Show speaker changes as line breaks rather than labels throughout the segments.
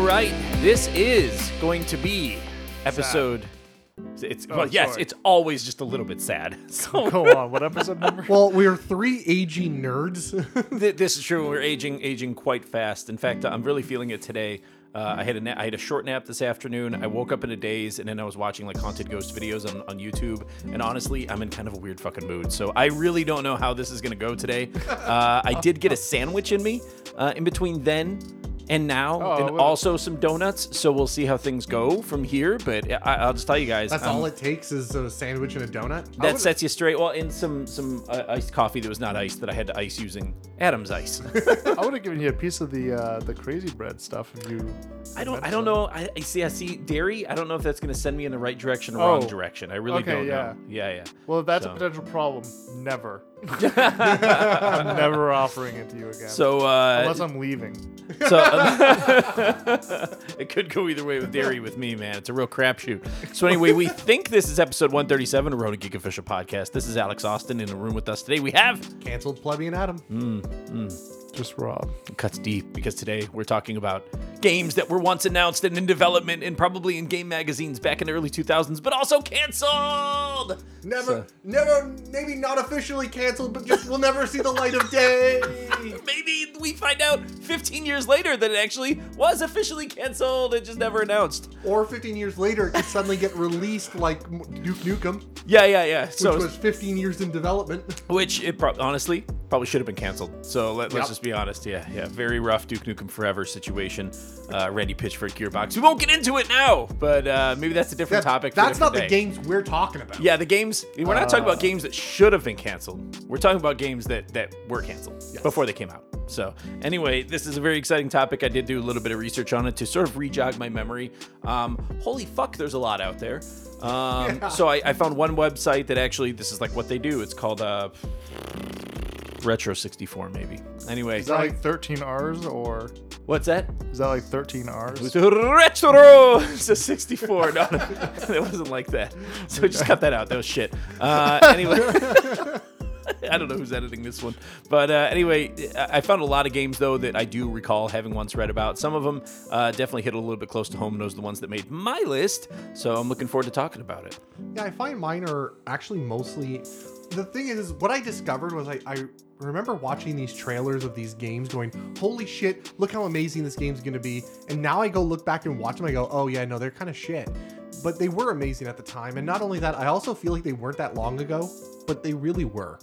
right, this is going to be episode. It's well, yes,
sorry.
it's always just a little bit sad. So
Go on. What episode number?
Well, we are three aging nerds.
th- this is true. We're aging, aging quite fast. In fact, I'm really feeling it today. Uh, I had a na- I had a short nap this afternoon. I woke up in a daze, and then I was watching like haunted ghost videos on, on YouTube. And honestly, I'm in kind of a weird fucking mood, so I really don't know how this is gonna go today. Uh, I did get a sandwich in me uh, in between then and now,
Oh,
and
well-
also some donuts. So we'll see how things go from here. But I- I'll just tell you guys,
That's
I'm-
all it takes is a sandwich and a donut. I
that
would-
sets you straight. Well, and some some uh, iced coffee that was not iced that I had to ice using Adam's ice.
I would have given you a piece of the uh, the crazy bread stuff if you.
I don't. I don't know. I, I see. I see dairy. I don't know if that's going to send me in the right direction or wrong
Oh.
direction. I really
Okay,
don't
yeah.
know. Yeah, yeah.
Well, if that's
So.
a potential problem. Never. I'm never offering it to you again.
So, uh,
unless I'm leaving.
so it could go either way with dairy with me, man. It's a real crapshoot. So anyway, we think this is episode 137 of Rona Geek Official Podcast. This is Alex Austin in the room with us today. We have
canceled plebeian Adam.
Mm,
Just Rob.
it cuts deep because today we're talking about games that were once announced and in development and probably in game magazines back in the early 2000s, but also canceled.
Never, never, maybe not officially canceled, but just we'll never see the light of day.
Maybe we find out 15 years later that it actually was officially canceled and just never announced.
Or 15 years later, it could suddenly get released like M- Duke Nukem, which
Yeah, yeah, yeah. So, which,
was 15 years in development.
it pro- honestly probably should have been canceled. So let,
Yep.
us just be honest. Yeah, yeah. Very rough Duke Nukem Forever situation. Uh, Randy Pitchford Gearbox. We won't get into it now, but uh, maybe that's a different
That's,
topic. for a
that's not
different
the
day.
games we're talking about.
Yeah, the games. We're not talking about games that should have been canceled. We're talking about games that that were canceled before they came out. So anyway, this is a very exciting topic. I did do a little bit of research on it to sort of rejog my memory. Um, holy fuck, there's a lot out there. Um, So I, I found one website that actually this is like what they do. It's called uh, Retro 64, maybe. Anyway,
Is that like 13 R's or
what's that?
is that like 13 R's?
It's retro. It's a 64. No, no, it wasn't like that. So just cut that out. That was shit. Uh, anyway, I don't know who's editing this one, but uh, anyway, I I found a lot of games though that I do recall having once read about. Some of them uh, definitely hit a little bit close to home. and Those are the ones that made my list. So I'm looking forward to talking about it.
Yeah, I find mine are actually mostly. The thing is, what I discovered was I, I remember watching these trailers of these games going, holy shit, look how amazing this game's gonna be. And now I go look back and watch them, I go, oh yeah, no, they're kind of shit. But they were amazing at the time. And not only that, I also feel like they weren't that long ago, but they really were.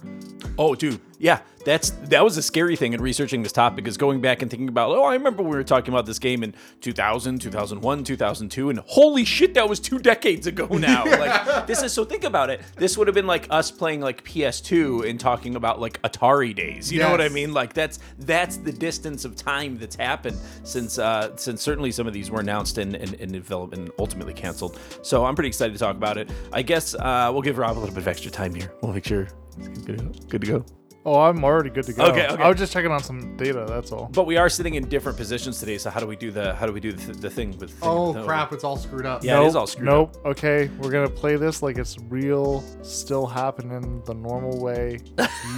Oh, dude, yeah, that's that was a scary thing in researching this topic is going back and thinking about. Oh, I remember we were talking about this game in 2000, 2001, 2002, and holy shit, that was two decades ago now. Like this is so. Think about it. This would have been like us playing like PS2 and talking about like Atari days. You know what I
Yes.
mean? Like that's that's the distance of time that's happened since uh, since certainly some of these were announced and and, and developed and ultimately canceled. So I'm pretty excited to talk about it. I guess uh, we'll give Rob a little bit of extra time here. We'll make sure. it's Good, good to go.
Oh, I'm already good to go.
Okay, okay.
I was just checking on some data. That's all.
But we are sitting in different positions today, so how do we do the how do we do the, the thing with? the-
Oh
the-
crap, it's all screwed up.
Yeah. it is all screwed
nope. Okay, we're gonna play this like it's real, still happening the normal way.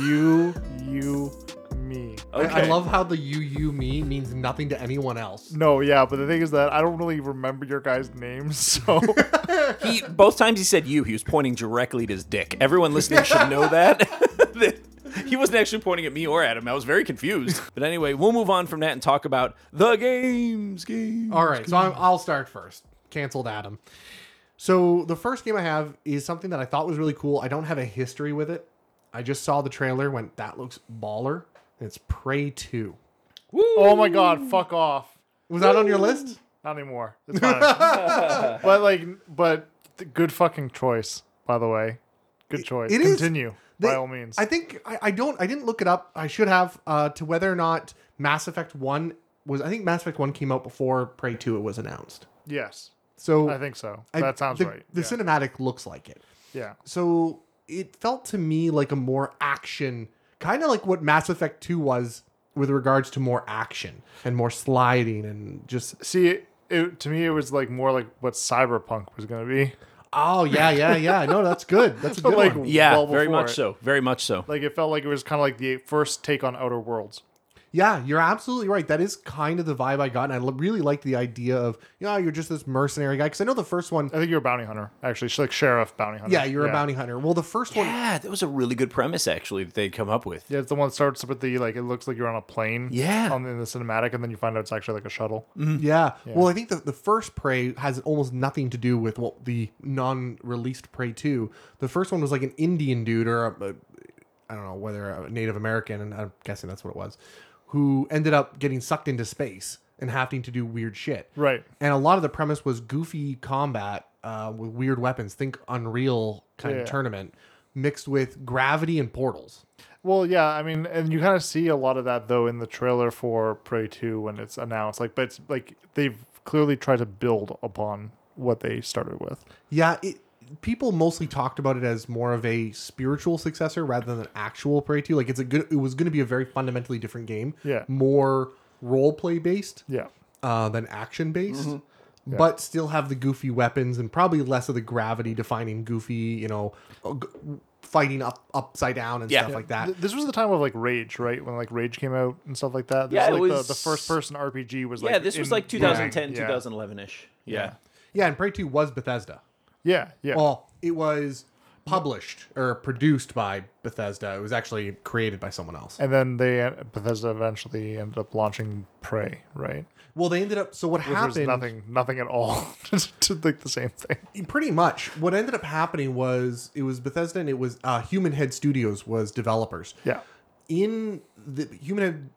you, you, me.
I-
Okay.
I, love how the you, you, me means nothing to anyone else.
No, yeah, but the thing is that I don't really remember your guys' names, so
He both times he said you, he was pointing directly to his dick. Everyone listening should know that. That he wasn't actually pointing at me or at him. I was very confused. But anyway, we'll move on from that and talk about the games. Games.
All right, so I'm, I'll start first. Canceled Adam. So the first game I have is something that I thought was really cool. I don't have a history with it. I just saw the trailer, went, that looks baller. And it's Prey 2.
Oh my god, fuck off.
Was that on your list?
Not anymore. It's fine. but like but th- good fucking choice, by the way. Good choice.
it is-
Continue.
They-
by all means.
I think I, I don't I didn't look it up. I should have uh, to whether or not Mass Effect 1 was I think Mass Effect 1 came out before Prey 2 it was announced.
yes.
So
I think so.
I-
that sounds
the-
right.
The
yeah.
cinematic looks like it.
yeah.
So it felt to me like a more action, kind of like what Mass Effect 2 was with regards to more action and more sliding and just
See it, it, to me it was like more like what cyberpunk was gonna be.
oh yeah yeah yeah no that's good that's a good
like
one
Yeah,
well
very
before
much
it.
so. Very much so.
Like it felt like it was kinda like the first take on Outer Worlds.
Yeah, you're absolutely right. That is kind of the vibe I got, and I l- really like the idea of you know you're just this mercenary guy because I know the first one.
I think you're a bounty hunter, actually. She's like sheriff bounty hunter.
Uh, Yeah, you're a bounty hunter. Well, the first one,
Yeah, that was a really good premise actually that they'd come up with.
Yeah, it's the one that starts with the like it looks like you're on a plane.
Yeah.
On the, in the cinematic, and then you find out it's actually like a shuttle.
Yeah. Well, I think the, the first Prey has almost nothing to do with what the non released Prey 2. The first one was like an Indian dude or a, a, I don't know whether a Native American, and I'm guessing that's what it was, who ended up getting sucked into space and having to do weird shit.
Right.
And a lot of the premise was goofy combat uh, with weird weapons. Think Unreal kind
Yeah.
of tournament mixed with gravity and portals.
Well, yeah, I mean, and you kind of see a lot of that though in the trailer for Prey Two when it's announced. Like, but it's like they've clearly tried to build upon what they started with.
Yeah, it, people mostly talked about it as more of a spiritual successor rather than an actual Prey 2. Like it's a good it was going to be a very fundamentally different game.
Yeah.
More role play based
Yeah.
uh, than action based.
Mm-hmm.
But still have the goofy weapons and probably less of the gravity defining goofy, you know, uh, g- fighting up upside down and
Yeah.
stuff like that.
Th- This was the time of like Rage, right? When like Rage came out and stuff like that. This
Yeah,
was,
it
like
was-
the, the first person RPG was like
yeah, this was
in-
like 2010,
yeah.
2011 ish. Yeah.
Yeah, and Prey 2 was Bethesda.
Yeah, yeah.
Well, it was published or produced by Bethesda. It was actually created by someone else.
and then they uh, Bethesda eventually ended up launching Prey, right?
Well, they ended up so what
Which was
happened
nothing, nothing at all to like the same thing.
pretty much what ended up happening was it was Bethesda and it was uh, Human Head Studios was developers.
Yeah,
In the Human Head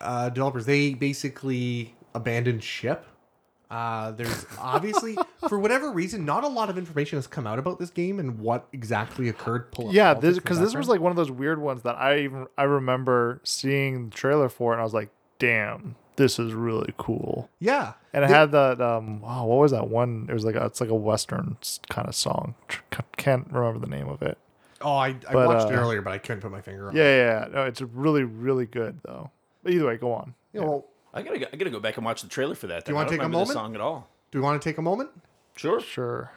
uh, developers, they basically abandoned ship. Uh, there's obviously, for whatever reason, not a lot of information has come out about this game and what exactly occurred. Pull up
yeah.
all
This
things in the
because this was
background.
like one of those weird ones that I even I remember seeing the trailer for, and I was like, damn, this is really cool.
yeah,
And it had that um, wow, what was that one? It was like a, it's like a western kind of song. Tr- Can't remember the name of it.
oh, I, I
But,
watched it
uh,
earlier, but I couldn't put my finger on. it.
Yeah, yeah, yeah. No, it's really, really good though. But either way, go on.
You know, well,
I gotta go, I gotta go back and watch the trailer for that. Do
you
want
wanna
to
take a
The
moment?
song at all?
do we want to take a moment?
Sure.
Sure.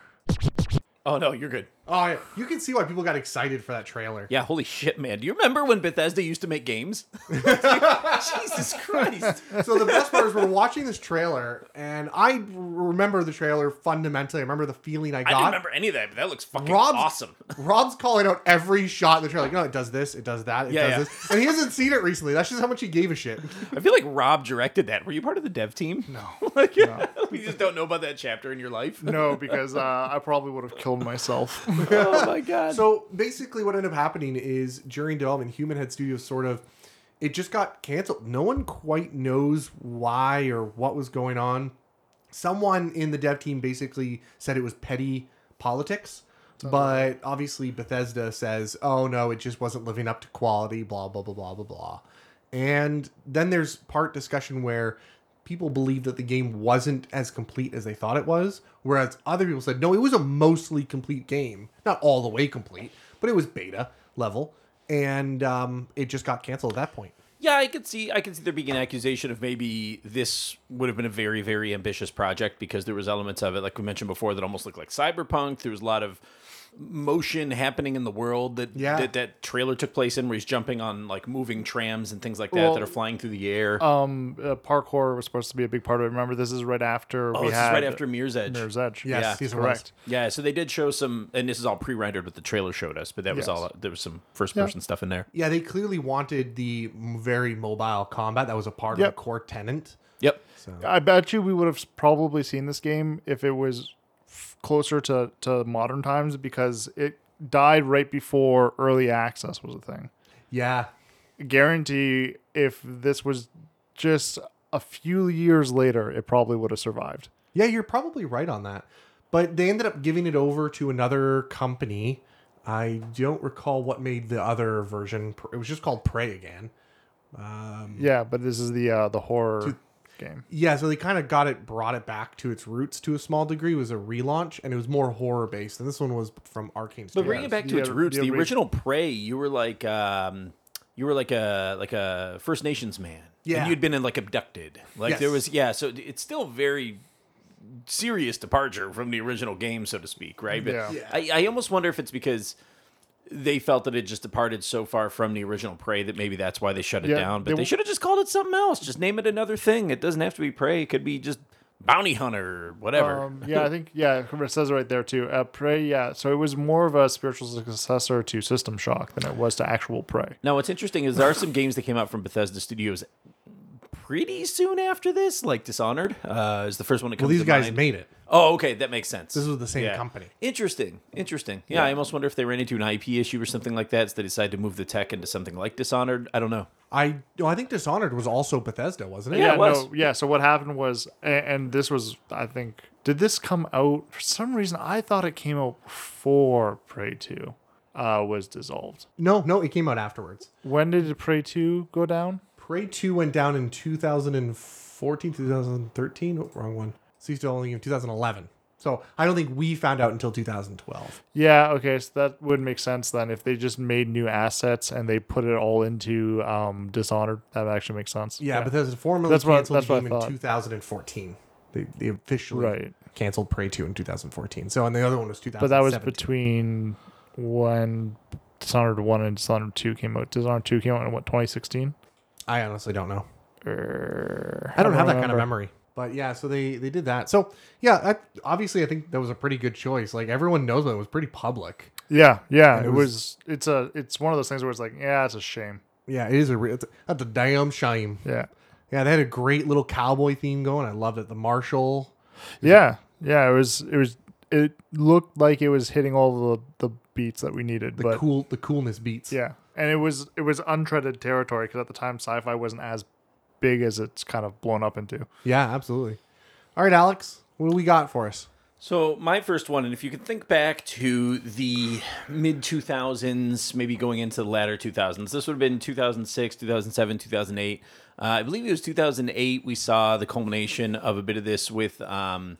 Oh no, you're good.
Oh, yeah. you can see why people got excited for that trailer.
Yeah, holy shit, man. Do you remember when Bethesda used to make games? Jesus Christ.
So the best part is we're watching this trailer, and I remember the trailer fundamentally. I remember the feeling I
I don't
got.
remember any of that, but that looks fucking
Rob's-
awesome.
Rob's calling out every shot in the trailer. Like, no, it does this, it does that, it
Yeah,
does
yeah.
this, and he hasn't seen it recently. That's just how much he gave a shit.
I feel like Rob directed that. Were you part of the dev team? No. like, We just don't know about that chapter in your life.
No, because uh, I probably would have killed myself.
oh my god.
So basically, what ended up happening is during development, Human Head Studios sort of it just got canceled. No one quite knows why or what was going on. Someone in the dev team basically said it was petty politics, but obviously Bethesda says, "Oh no, it just wasn't living up to quality." Blah blah blah blah blah blah. And then there's part discussion where people believe that the game wasn't as complete as they thought it was, whereas other people said, no, it was a mostly complete game. Not all the way complete, but it was beta level. And um, it just got canceled at that point.
Yeah, I could see I could see there being an accusation of maybe this would have been a very very ambitious project because there was elements of it like we mentioned before that almost looked like cyberpunk. There was a lot of motion happening in the world that
Yeah.
that, that trailer took place in where he's jumping on like moving trams and things like that
Well,
that are flying through the air.
um, uh, parkour was supposed to be a big part of it. Remember, this is right after
oh,
we
this
had
is right after Mirror's Edge.
Mirror's Edge.
Yeah,
he's
correct.
yeah, so they did show some and this is all pre-rendered what the trailer showed us, but that was
Yes.
all there was some first person stuff in there.
Yeah, they clearly wanted the m- very mobile combat that was a part
Yep.
of the core tenant.
Yep.
I bet you we would have probably seen this game if it was f- closer to, to modern times because it died right before early access was a thing.
Yeah.
Guarantee if this was just a few years later, it probably would have survived.
Yeah, you're probably right on that. But they ended up giving it over to another company. I don't recall what made the other version. pr- It was just called Prey again.
Yeah, but this is the uh, the horror game.
Yeah, so they kind of got it, brought it back to its roots to a small degree. It was a relaunch, and it was more horror based. And this one was from Arcane
But
Studios.
bring it back to
the
its
or-
roots.
the
The
orig-
original Prey, you were like um, you were like a like a First Nations man.
Yeah.
And you'd been in like abducted. Like
Yes.
there was yeah, so it's still very serious departure from the original game, so to speak, right? But
Yeah.
I, I almost wonder if it's because they felt that it just departed so far from the original Prey that maybe that's why they shut it
Yeah,
down. But
they
they,
w-
should have just called it something else. Just name it another thing. It doesn't have to be Prey. It could be just Bounty Hunter or whatever.
Um, yeah, I think yeah, it says it right there too. Uh, Prey, yeah. So it was more of a spiritual successor to System Shock than it was to actual Prey.
Now, what's interesting is there are some games that came out from Bethesda Studios pretty soon after this, like Dishonored uh, is the first one that comes.
Well, these
to
guys
mind.
made it.
Oh, okay, that makes sense.
This was the same
Yeah.
company.
Interesting, interesting. Yeah, I almost wonder if they ran into an IP issue or something like that, so they decided to move the tech into something like Dishonored. I don't know.
I no, I think Dishonored was also Bethesda, wasn't it?
Yeah, it was.
no, yeah. So what happened was, a- and this was, I think, did this come out for some reason? I thought it came out before Prey Two uh, was dissolved.
No, no, it came out afterwards.
When did Prey Two go down?
Prey 2 went down in 2014, 2013. Oh, wrong one. Ceased to only in 2011. So I don't think we found out until 2012.
Yeah, okay, so that would make sense then if they just made new assets and they put it all into um Dishonored. That actually makes sense.
Yeah, Bethesda formally
That's what-
canceled
that's what I
the game in
thought.
2014. They, they officially
Right.
canceled Prey 2 in 2014. So and the other one was 2017.
But that was between when Dishonored 1 and Dishonored 2 came out. Dishonored 2 came out in what, 2016?
I honestly don't know.
Or,
I don't have that kind of memory. But yeah, so they they did that. So yeah, I, obviously I think that was a pretty good choice. Like everyone knows that it was pretty public.
Yeah, yeah. It,
it
was, it's a it's one of those things where it's like, yeah, it's a shame.
Yeah, it is a real. That's a damn shame.
Yeah.
Yeah, they had a great little cowboy theme going. I loved it. The Marshall.
Yeah. Yeah, it was it was it looked like it was hitting all the the beats that we needed,
the
but
cool the coolness beats.
Yeah, and it was it was untreaded territory because at the time sci-fi wasn't as big as it's kind of blown up into.
yeah, absolutely. All right, Alex, what do we got for us?
So my first one, and if you could think back to the mid two thousands, maybe going into the latter two thousands, this would have been two thousand six, two thousand seven, two thousand eight. Uh, I believe it was two thousand eight. We saw the culmination of a bit of this with. Um,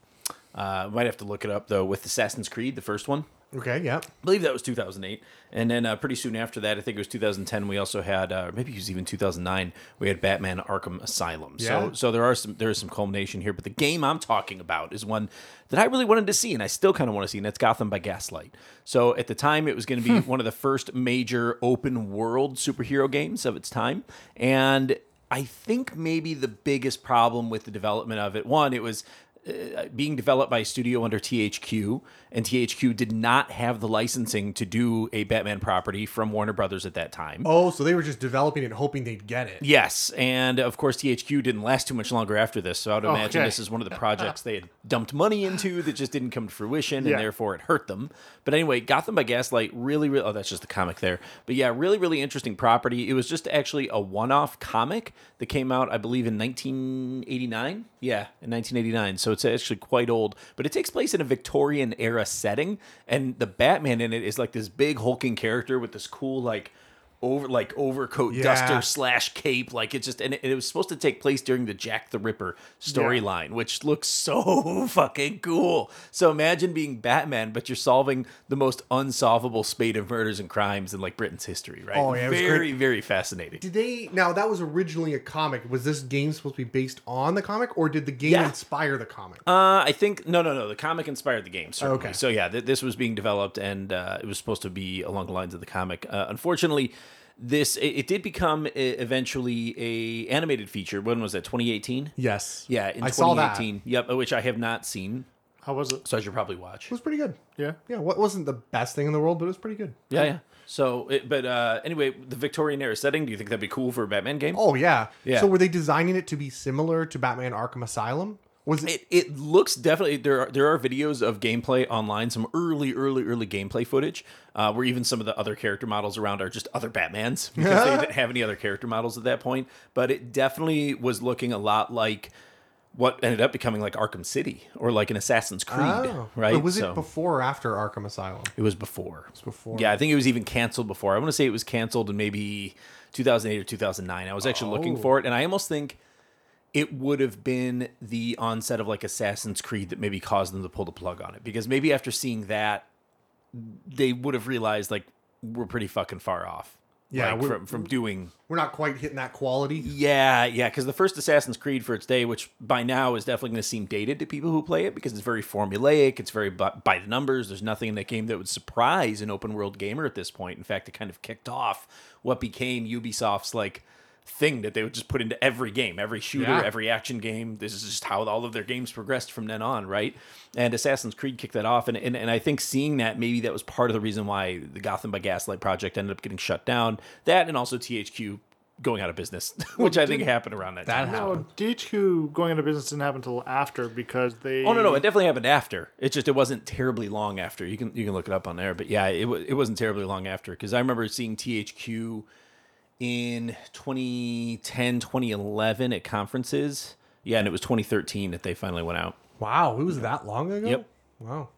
uh, might have to look it up though with Assassin's Creed, the first one.
Okay, yeah,
I believe that was 2008. And then uh, pretty soon after that, I think it was 2010, we also had, uh, maybe it was even 2009, we had Batman Arkham Asylum.
Yeah.
So so there are some there is some culmination here, but the game I'm talking about is one that I really wanted to see and I still kind of want to see, and that's Gotham by Gaslight. So at the time, it was going to be one of the first major open world superhero games of its time. And I think maybe the biggest problem with the development of it, one, it was uh, being developed by a studio under THQ, and THQ did not have the licensing to do a Batman property from Warner Brothers at that time.
Oh, so they were just developing it, hoping they'd get it.
Yes, and of course THQ didn't last too much longer after this, so I would imagine
Okay.
this is one of the projects they had dumped money into that just didn't come to fruition,
Yeah.
and therefore it hurt them. But anyway, Gotham by Gaslight really, really oh that's just the comic there, but yeah, really, really interesting property. It was just actually a one-off comic that came out, I believe, in 1989. Yeah, in 1989, so it's actually quite old, but it takes place in a Victorian era setting, and the Batman in it is like this big hulking character with this cool like. Over like overcoat
Yeah.
duster slash cape like it just and it, it was supposed to take place during the jack the ripper storyline which looks so fucking cool so imagine being batman but you're solving the most unsolvable spate of murders and crimes in like britain's history right
Oh, yeah, it was great.
very very fascinating
Did they? Now that was originally a comic. Was this game supposed to be based on the comic, or did the game
Yeah.
inspire the comic?
Uh, I think no, no, no. The comic inspired the game. Certainly.
Okay.
So yeah, th- this was being developed, and uh, it was supposed to be along the lines of the comic. Uh, unfortunately, this it, it did become uh, eventually a animated feature. When was that? 2018.
yes.
Yeah, in
I saw that.
2018.
It
Yep, uh, which I have not seen,
How was it?
so I should probably watch.
was pretty good.
Yeah.
Yeah, what wasn't the best thing in the world, but it was pretty good.
Yeah, yeah. So, it, but uh, anyway, the Victorian era setting. Do you think that'd be cool for a Batman game?
Oh yeah.
Yeah.
So were they designing it to be similar to Batman Arkham Asylum? Was it?
It, it looks definitely there are there are videos of gameplay online, some early, early, early gameplay footage, uh, where even some of the other character models around are just other Batmans because they didn't have any other character models at that point. But it definitely was looking a lot like what ended up becoming like Arkham City or like an Assassin's Creed,
Oh.
right?
But was
So-
it before or after Arkham Asylum?
It was before.
before.
Yeah, I think it was even canceled before. I want to say it was canceled in maybe 2008 or 2009. I was actually looking
Oh.
for it, and I almost think it would have been the onset of like Assassin's Creed that maybe caused them to pull the plug on it because maybe after seeing that, they would have realized like we're pretty fucking far off.
Yeah,
like,
we're-
from from doing
We're not quite hitting that quality.
yeah, yeah, because the first Assassin's Creed for its day, which by now is definitely going to seem dated to people who play it because it's very formulaic, it's very by, by the numbers. There's nothing in that game that would surprise an open world gamer at this point. In fact, it kind of kicked off what became Ubisoft's like thing that they would just put into every game, every shooter,
Yeah.
every action game. This is just how all of their games progressed from then on, right? And Assassin's Creed kicked that off, and and, and I think seeing that maybe that was part of the reason why the Gotham by Gaslight project ended up getting shut down. That and also THQ going out of business, which I think happened around that, time.
That happened.
No, DHQ going into business didn't happen until after because they.
Oh no, no, it definitely happened after. It just it wasn't terribly long after. You can you can look it up on there, but yeah, it wa- it wasn't terribly long after because I remember seeing THQ in 2010, 2011 at conferences. Yeah, and it was 2013 that they finally went out.
Wow, it was that long ago.
Yep.
Wow.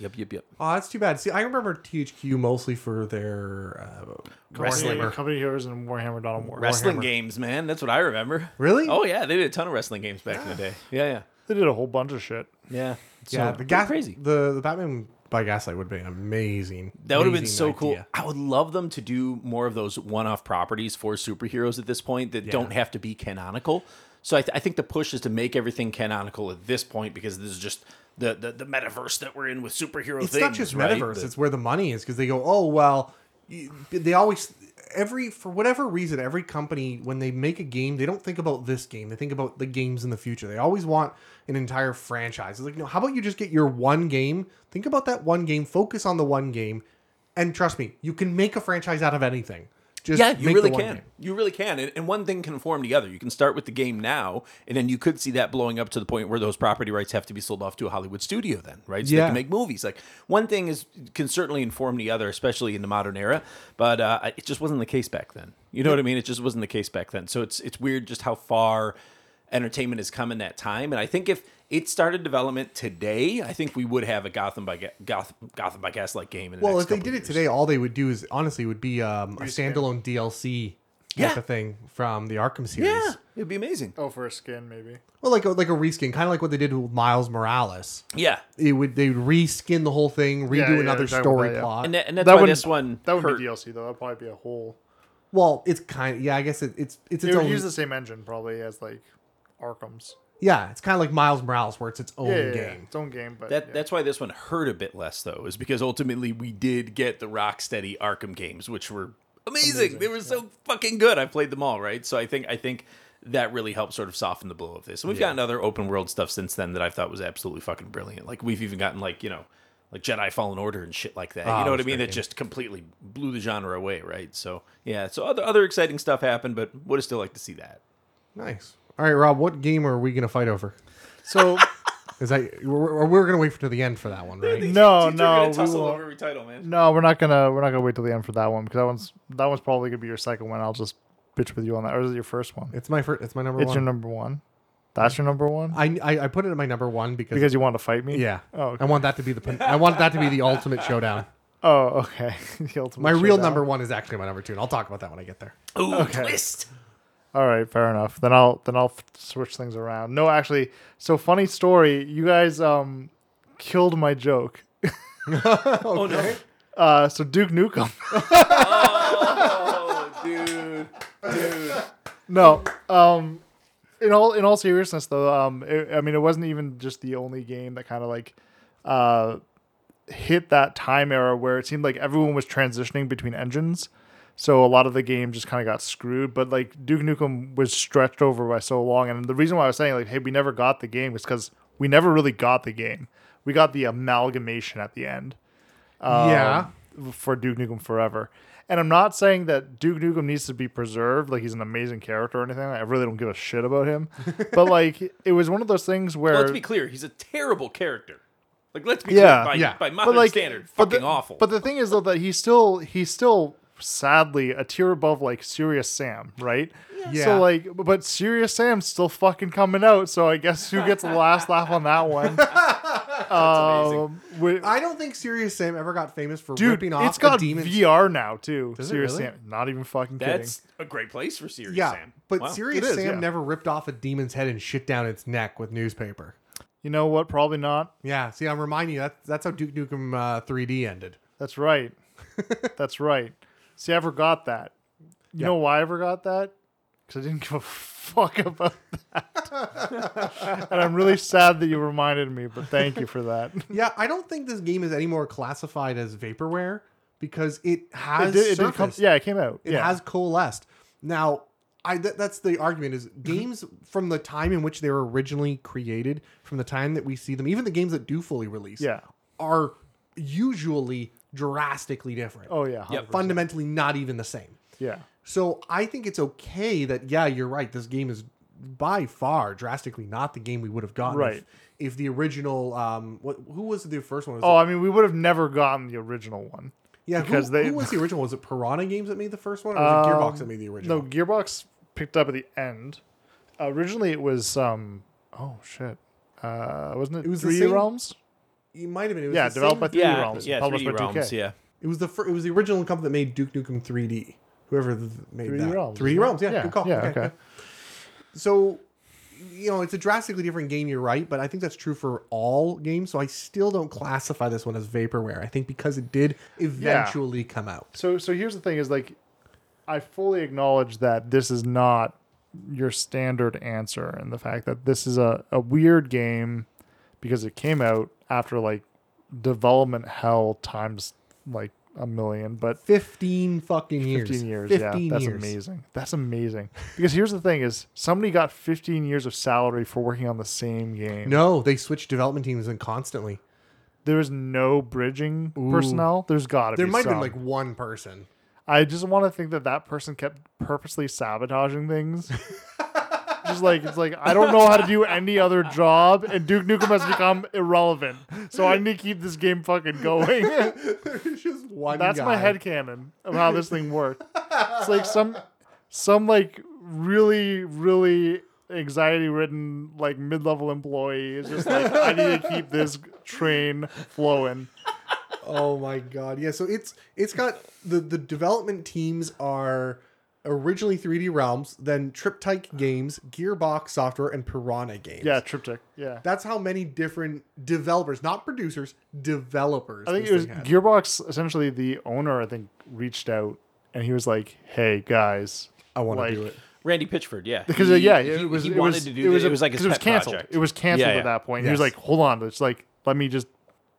Yep, yep, yep.
Oh, that's too bad. See, I remember THQ mostly for their uh,
Wrestling.
Warhammer.
Company Heroes and Warhammer Dawn of War.
Wrestling
Warhammer.
games, man. That's what I remember.
Really?
Oh yeah, they did a ton of wrestling games back in the day. Yeah, yeah,
They did a whole bunch of shit.
yeah.
Yeah,
So,
the
pretty
gas,
crazy.
The the Batman by Gaslight would be an amazing.
That would have been
amazing
so cool.
idea.
I would love them to do more of those one-off properties for superheroes at this point that don't have to be canonical. So I, th- I think the push is to make everything canonical at this point because this is just the the, the metaverse that we're in with superhero
It's
things.
not just
right?
metaverse;
The-
it's where the money is because they go, oh well. you- They always every for whatever reason every company when they make a game they don't think about this game they think about the games in the future they always want an entire franchise it's like no how about you just get your one game think about that one game focus on the one game and trust me you can make a franchise out of anything just
yeah, you
make
really
the one
can.
game.
You really can. And, and one thing can form the other. You can start with the game now, and then you could see that blowing up to the point where those property rights have to be sold off to a Hollywood studio, then, right? So they
Yeah.
can make movies. Like one thing is can certainly inform the other, especially in the modern era. But uh, I- it just wasn't the case back then. You know what I mean? It just wasn't the case back then. So it's it's weird just how far entertainment has come in that time. And I think if it started development today, I think we would have a Gotham by Ga- Gotham, Gotham by Gaslight game. In the
Well,
next
if they
couple
did it
years.
today, all they would do is honestly would be um, a standalone DLC
Yeah.
type of thing from the Arkham series.
yeah, it'd be amazing.
Oh, for a skin, maybe.
Well, like a, like a reskin, kind of like what they did with Miles Morales.
Yeah,
It would they would reskin the whole thing, redo
Yeah, yeah,
another
exactly,
story
yeah.
plot.
and, that, and that's
Uh, that
why
would-
this one
That would
hurt.
be DLC though. That'd probably be a whole.
well, it's kind of yeah. I guess it, it's it's its
They would
own.
use the same engine probably as like Arkham's.
yeah, it's kind of like Miles Morales, where it's its own
Yeah, yeah, yeah.
game.
Its own game, but
That
yeah.
that's why this one hurt a bit less though, is because ultimately we did get the Rocksteady Arkham games, which were amazing. They were so fucking good. I played them all, right? So I think I think that really helped sort of soften the blow of this. And we've gotten other open world stuff since then that I thought was absolutely fucking brilliant. Like we've even gotten like, you know, like Jedi Fallen Order and shit like that.
Ah,
you know what I
that's
mean?
great
That just completely blew the genre away, right? So yeah, so other other exciting stuff happened, but would have still liked to see that.
Nice. All right, Rob, what game are we gonna fight over?
so
Is that we're, we're gonna wait for to the end for that one, right?
no,
Dude, they're
no,
gonna
we
tussle
won't.
over every title, man.
no, we're not gonna we're not gonna wait till the end for that one because that one's that one's probably gonna be your second one. I'll just bitch with you on that. Or is it your first one?
It's my first. It's my number
it's your
one.
number one. That's your number one
I, I I put it in my number one because
because you want to fight me.
Yeah.
Oh, okay.
I want that to be the pin- I want that to be the ultimate showdown.
Oh, okay. The ultimate
My real
showdown.
number one is actually my number two, and I'll talk about that when I get there.
Ooh,
Okay.
twist.
All right, fair enough. Then I'll then I'll f- switch things around. No, actually, so funny story. You guys um killed my joke.
Oh no.
Uh, so Duke Nukem.
Oh, dude.
no, um, in all in all seriousness though, um, it, I mean, it wasn't even just the only game that kind of like uh hit that time era where it seemed like everyone was transitioning between engines. So a lot of the game just kind of got screwed, but like Duke Nukem was stretched over by so long, and the reason why I was saying like, hey, we never got the game is because we never really got the game. We got the amalgamation at the end.
yeah.
um, for Duke Nukem Forever. And I'm not saying that Duke Nukem needs to be preserved, like he's an amazing character or anything. I really don't give a shit about him. but like, it was one of those things where,
Let's be clear. He's a terrible character. Like, let's be
Yeah.
clear. By,
Yeah.
by modern
but like,
standard,
but the-
fucking awful.
But the thing is though that he's still, he's still sadly a tier above like Serious Sam, right?
Yeah.
So like, but Serious Sam's still fucking coming out. So I guess who gets the last laugh on that one?
amazing.
Um, wi-
I don't think Serious Sam ever got famous for
dude,
ripping off
it's got
the demons.
VR now too.
Does it
Serious
really?
Sam, not even fucking kidding.
That's a great place for Serious
yeah,
Sam.
but
Wow.
Serious
It is,
Sam
yeah.
never ripped off a demon's head and shit down its neck with newspaper.
You know what? Probably not.
Yeah, see, I'm reminding you that that's how Duke Nukem uh, 3D ended.
That's right. That's right. See, I forgot that. You know why I forgot that? Because I didn't give a fuck about that. and I'm really sad that you reminded me, but thank you for that.
Yeah, I don't think this game is anymore classified as vaporware because it has
It did, it did come,
surfaced.
yeah, it came out.
it
yeah.
has coalesced. Now, I th- that's the argument
Mm-hmm.
is games from the time in which they were originally created, from the time that we see them, even the games that do fully release,
Yeah.
are usually drastically different.
oh, yeah.
Yep.
100%.
fundamentally not even the same.
Yeah.
So I think it's okay that yeah, you're right. This game is by far drastically not the game we would have gotten if,
Right.
if the original um what who was the first one? Was
Oh,
it,
I mean, we would have never gotten the original one.
yeah,
because
who,
they-
who was the original? Was it Piranha Games that made the first one, or was it Gearbox
Um,
that made the original?
No, Gearbox picked up at the end. originally, it was um. Oh shit. Uh, wasn't it?
It was the
Three
same-
Realms.
It might have been. It was
Yeah,
the
developed by
same-
Three
Yeah,
Realms,
yeah,
published
3D
by 2K.
realms. Yeah,
It was the fir- it was the original company that made Duke Nukem 3D. Whoever th- made
3D
that.
Realms,
3D
isn't it?
Realms. Yeah,
Yeah,
good call.
yeah,
okay.
okay.
yeah. So, you know, it's a drastically different game. You're right, but I think that's true for all games. So I still don't classify this one as vaporware. I think because it did eventually come out.
So so here's the thing: is like, I fully acknowledge that this is not your standard answer, and the fact that this is a, a weird game because it came out after like development hell times like a million, but
Fifteen fucking years.
15 years.
15
yeah, that's
years.
amazing. That's amazing. Because here's the thing: is somebody got 15 years of salary for working on the same game.
No, they switched development teams and constantly.
there was no bridging personnel. There's got to be.
There might have
some.
been like one person.
I just want to think that that person kept purposely sabotaging things. just like it's like I don't know how to do any other job, and Duke Nukem has become irrelevant. So I need to keep this game fucking going.
There's just one.
That's my
guy.
headcanon of how this thing worked. it's like some some like really, really anxiety ridden like mid level employee is just like, I need to keep this train flowing.
Oh my god. Yeah, so it's it's got the the development teams are originally 3D Realms, then Triptych Games, Gearbox Software and Piranha Games.
Yeah, triptych. Yeah.
That's how many different developers, not producers, developers.
I think it
this
was
thing had.
Gearbox essentially the owner, I think, reached out and he was like, Hey guys,
I want
like-
to do it.
Randy Pitchford. Yeah,
because
He-
yeah,
he-
it was
he
it
wanted
was,
to do.
it was
that. it
a-
was like his
because it was
pet
canceled.
project.
It was canceled
Yeah, yeah.
at that point. He was
Yes.
like, "Hold on, it's like let me just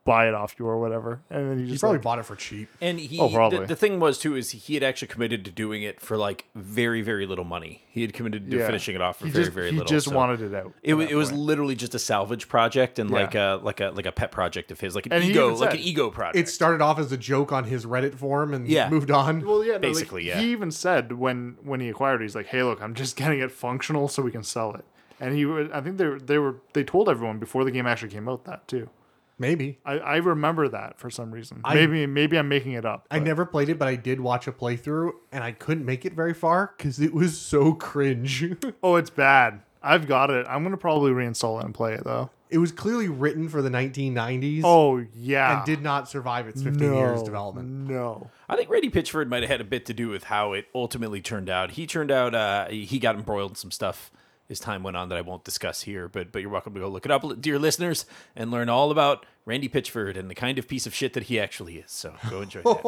buy it off you or whatever." And then he
You
just
probably
like,
bought it for cheap.
And he,
Oh,
the,
probably.
the thing was too, is he had actually committed to doing it for like very, very little money. He had committed to
Yeah.
finishing it off for
he
very,
just,
very
he
little.
just
so
wanted it out.
It,
at
wa-
that
it was
point.
literally just a salvage project and
Yeah.
like a like a like a pet project of his, like an
And he
ego,
even
like
said-
an ego project.
It started off as a joke on his Reddit forum and
Yeah.
moved on.
well, yeah, no, like,
basically, yeah.
He even said when when he acquired, it, he's like, "Hey, look, I'm just getting it functional so we can sell it." And he, wa- I think they were- they were they told everyone before the game actually came out that too.
Maybe.
I, I remember that for some reason. maybe maybe I'm making it up.
I
but-
never played it, but I did watch a playthrough and I couldn't make it very far because it was so cringe.
oh, it's bad. I've got it. I'm gonna probably reinstall it and play it though.
it was clearly written for the 1990s.
Oh yeah,
and did not survive its 15 years development.
No.
I think Randy Pitchford might have had a bit to do with how it ultimately turned out. He turned out uh, he got embroiled in some stuff as time went on that I won't discuss here, but but you're welcome to go look it up, dear listeners, and learn all about Randy Pitchford and the kind of piece of shit that he actually is. So go enjoy that.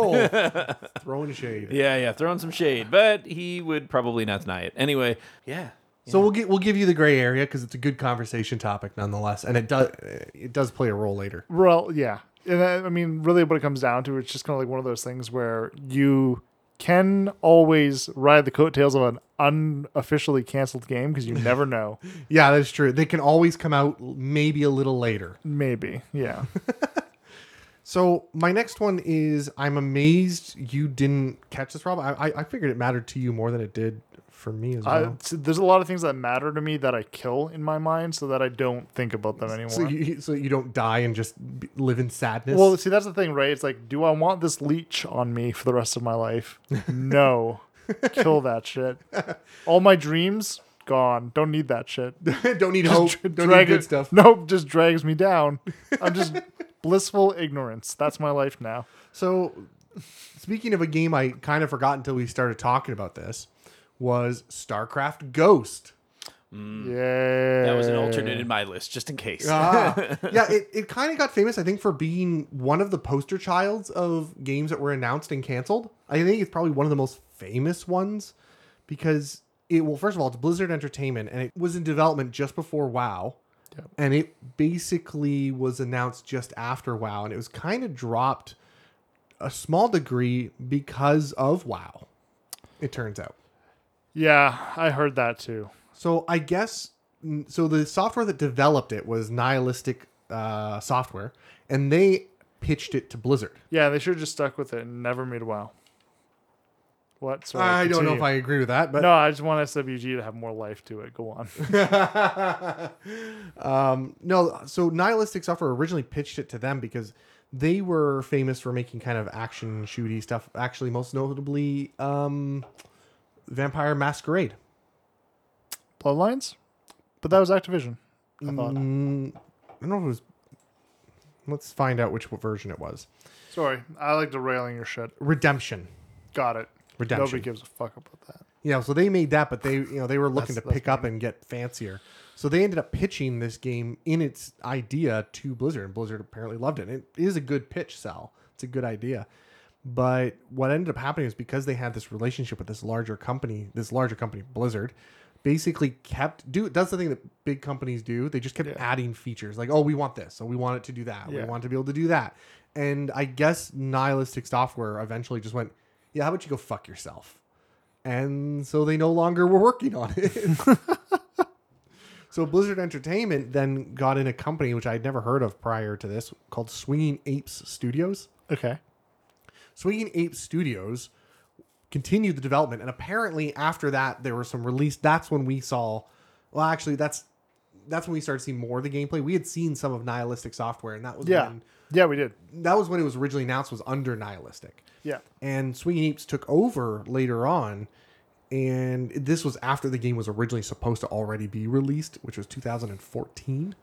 Oh, throwing shade.
yeah, yeah, throwing some shade, but he would probably not deny it. Anyway, yeah.
So we'll get we'll give you the gray area because it's a good conversation topic nonetheless, and it does it does play a role later.
Well, yeah. And I, I mean, really, what it comes down to, it's just kind of like one of those things where you can always ride the coattails of an unofficially canceled game because you never know.
Yeah, that's true. They can always come out maybe a little later.
Maybe, yeah.
So my next one is I'm amazed you didn't catch this, Rob. I I- I figured it mattered to you more than it did for me as
I,
well.
so there's a lot of things that matter to me that I kill in my mind so that I don't think about them anymore.
so you so you don't die and just b- live in sadness.
well, see, that's the thing, right? It's like, do I want this leech on me for the rest of my life? No. kill that shit. All my dreams gone. Don't need that shit.
don't need hope.
dra-
Don't need
drag
good
it-
stuff.
Nope, just drags me down. I'm just blissful ignorance. That's my life now.
So, speaking of a game I kind of forgot until we started talking about this, was StarCraft Ghost.
Yeah.
Hmm. That was an alternate in my list, just in case.
Ah. yeah, it, it kind of got famous, I think, for being one of the poster childs of games that were announced and canceled. I think it's probably one of the most famous ones because it, well, first of all, it's Blizzard Entertainment and it was in development just before WoW. And it basically was announced just after WoW and it was kind of dropped a small degree because of WoW, it turns out.
Yeah, I heard that too.
So I guess mm, so. The software that developed it was Nihilistic uh, Software, and they pitched it to Blizzard.
Yeah, they should have just stuck with it and never made WoW. What? Sorry,
I don't know if
continue.
I agree with that, but
No, I just want SWG to have more life to it. Go on.
um, no. So Nihilistic Software originally pitched it to them because they were famous for making kind of action shooty stuff. Actually, most notably, um, Vampire Masquerade.
Bloodlines, but that was Activision. I thought.
Mm, I don't know if it was. Let's find out which version it was.
Sorry, I like derailing your shit.
Redemption.
Got it.
Redemption.
Nobody gives a fuck about that.
Yeah, so they made that, but they you know they were looking to
That's- that's
pick up and get fancier. So they ended up pitching this game in its idea to Blizzard, and Blizzard apparently loved it. It is a good pitch, Sal. It's a good idea. But what ended up happening is because they had this relationship with this larger company, this larger company, Blizzard, basically kept do does the thing that big companies do. They just kept adding features like, oh, we want this, so we want it to do that,
Yeah.
we want it to be able to do that. And I guess nihilistic software eventually just went, yeah, how about you go fuck yourself? and so they no longer were working on it. so Blizzard Entertainment then got in a company which I had never heard of prior to this called Swinging Apes Studios.
Okay.
Swinging Apes Studios continued the development, and apparently after that there was some release. That's when we saw. Well, actually, that's that's when we started seeing more of the gameplay. We had seen some of Nihilistic Software, and that was
Yeah.
when,
Yeah, we did.
that was when it was originally announced was under Nihilistic
Yeah.
and Swinging Apes took over later on. And this was after the game was originally supposed to already be released, which was 2014.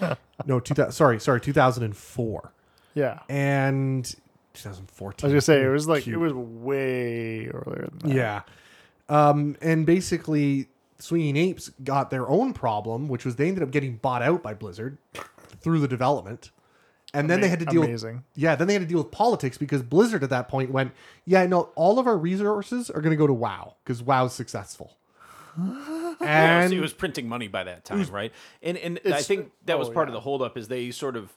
no, 2000, sorry, sorry, 2004.
Yeah.
And
I
2014.
was gonna say it was like
Cute.
it was way earlier than that.
Yeah. Um, and basically, Swinging Apes got their own problem, which was they ended up getting bought out by Blizzard through the development. And then they had to deal with
Amazing.
Yeah, then they had to deal with politics because Blizzard at that point went, yeah, no, all of our resources are going to go to WoW because WoW's successful.
Yeah,
and
so he was printing money by that time, right? And and I
It's-
think that was
oh,
part of
yeah.
the holdup is they sort of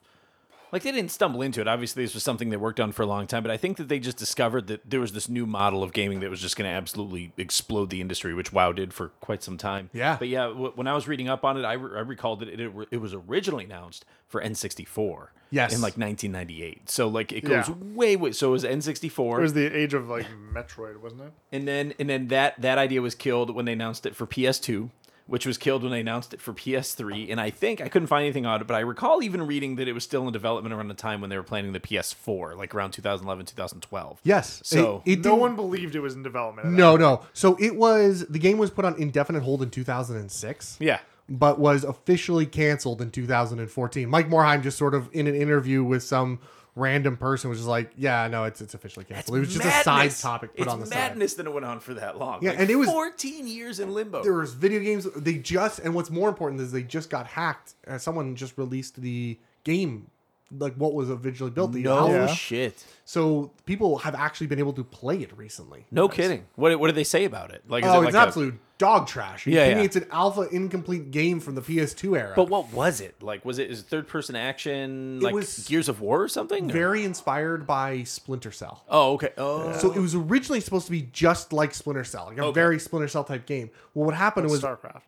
like they didn't stumble into it. Obviously, this was something they worked on for a long time, but I think that they just discovered that there was this new model of gaming that was just going to absolutely explode the industry, which WoW did for quite some time.
Yeah.
But yeah, w- when I was reading up on it, I, re- I recalled that it, it, it was originally announced for N64.
Yes.
In like 1998. So like it
Yeah.
goes way, way. So it was N64
It was the age of like Metroid, wasn't it?
and then and then that that idea was killed when they announced it for PS2, which was killed when they announced it for PS3. And I think I couldn't find anything on it, but I recall even reading that it was still in development around the time when they were planning the PS4, like around 2011, 2012.
yes,
So-
it, it
No
didn't-
one believed it was in development. at
no, no. So it was the game was put on indefinite hold in 2006.
Yeah.
but was officially canceled in 2014. Mike Morheim just sort of in an interview with some random person was just like, yeah, no, it's it's officially canceled. it was just a side
Madness.
topic put
it's
on the side.
madness that it went on for that long.
Yeah,
Like,
and it was-
14 years in limbo.
there was video games they just and what's more important is they just got hacked uh, someone just released the game like what was originally built the
no
alpha.
Yeah.
shit.
so people have actually been able to play it recently
No kidding. What what do they say about it? Like, is
oh
it
it's
like a-
absolute dog trash Are you
Yeah,
kidding me?
yeah.
it's an alpha incomplete game from the ps2 era
But what was it? Like, was it is it third person action? Like
was
Gears of War or something? Or-
very inspired by splinter cell
oh, okay. Oh,
So it was originally supposed to be just like Splinter Cell, like a very Splinter Cell type game. Well, what happened was,
StarCraft.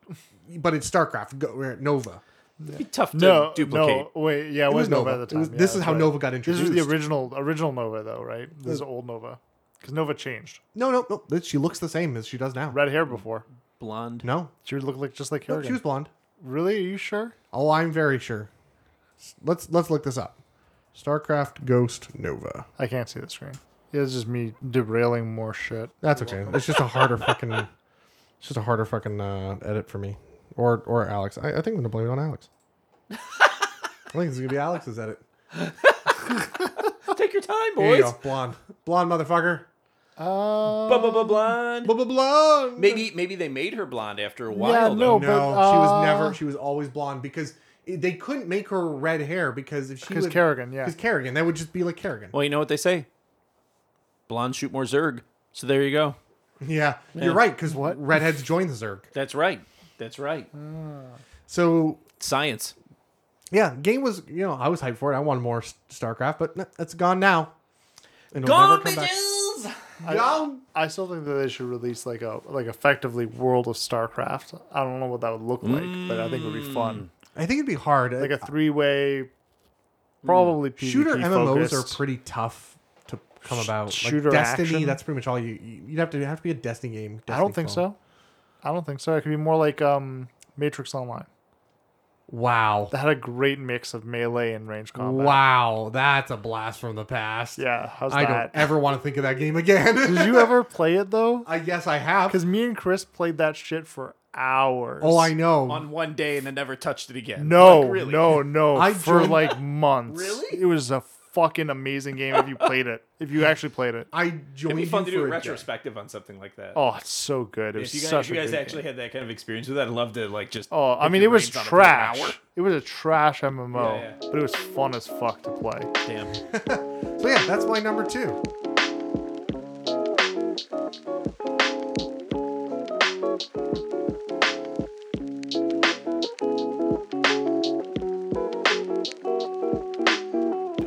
but it's StarCraft Go- uh, Nova.
it'd be tough to
No,
duplicate.
no, wait, yeah, it, was,
was
Nova,
Nova.
at the
It
time.
was-
yeah,
this is
that's
how Nova got
This is
introduced.
the original original Nova, though, right? This is old Nova, because Nova changed.
No, no, no. that- She looks the same as she does now.
Red hair before.
Blonde.
No,
She would look like just like
no,
Kerrigan.
she was blonde.
Really? Are you sure?
Oh, I'm very sure. Let's let's look this up. StarCraft Ghost Nova.
I can't see the screen. Yeah, it's just me derailing more shit.
That's okay. It's just a harder fucking. It's just a harder fucking uh, edit for me, or or Alex. I, I think I'm gonna blame it on Alex. I think it's gonna be Alex's edit.
Take your time,
There you
boys.
go, blonde, blonde motherfucker.
Uh,
Blah blah blah blonde.
Blah blah blah.
Maybe maybe they made her blonde after a
Yeah,
while. though.
no,
No,
but,
she was
uh,
never. She was always blonde because it- they couldn't make her red hair because if she
Because
was
Kerrigan, yeah.
because Kerrigan, that would just be like Kerrigan.
Well, you know what they say. Blonde shoot more Zerg. So there you go.
yeah, you're right. Because what redheads join the Zerg.
That's right. That's right.
So
Science.
yeah, game was you know I was hyped for it. I wanted more S- StarCraft, but no, it's gone now. And it'll never come back.
bitches.
Gone.
I still think that they should release like a like effectively World of StarCraft. I don't know what that would look like, but I think it would be fun.
I think it'd be hard. Uh,
Like a three way, probably PvP
shooter MMOs
focused.
are pretty tough to come about. Like
shooter
Destiny,
action?
that's pretty much all you you- you'd have to it'd have to be a Destiny game.
I don't
Destiny
think
clone.
so. I don't think so. It could be more like um, Matrix Online.
Wow.
That had a great mix of melee and range combat.
Wow, that's a blast from the past.
Yeah, how's
I don't
that?
ever want to think of that game again.
Did you ever play it though?
I guess I have.
Because me and Chris played that shit for hours.
Oh, I know.
On one day and then never touched it again.
No,
Like, really.
no, no.
I
for
joined-
like months.
Really?
It was a fucking amazing game if you played it. If you actually played it.
I joined
It'd be fun to
you
do
for
a
day.
retrospective on something like that.
Oh, it's so good. It was
if you guys,
such
if you
a
guys
good
actually
game.
had that kind of experience with that, I'd love to like just.
Oh, I
pick
mean, it
your
was
brains on for like an
trash.
hour.
It was a trash MMO,
Yeah, yeah.
but it was fun as fuck to play.
Damn.
So yeah, that's my number two.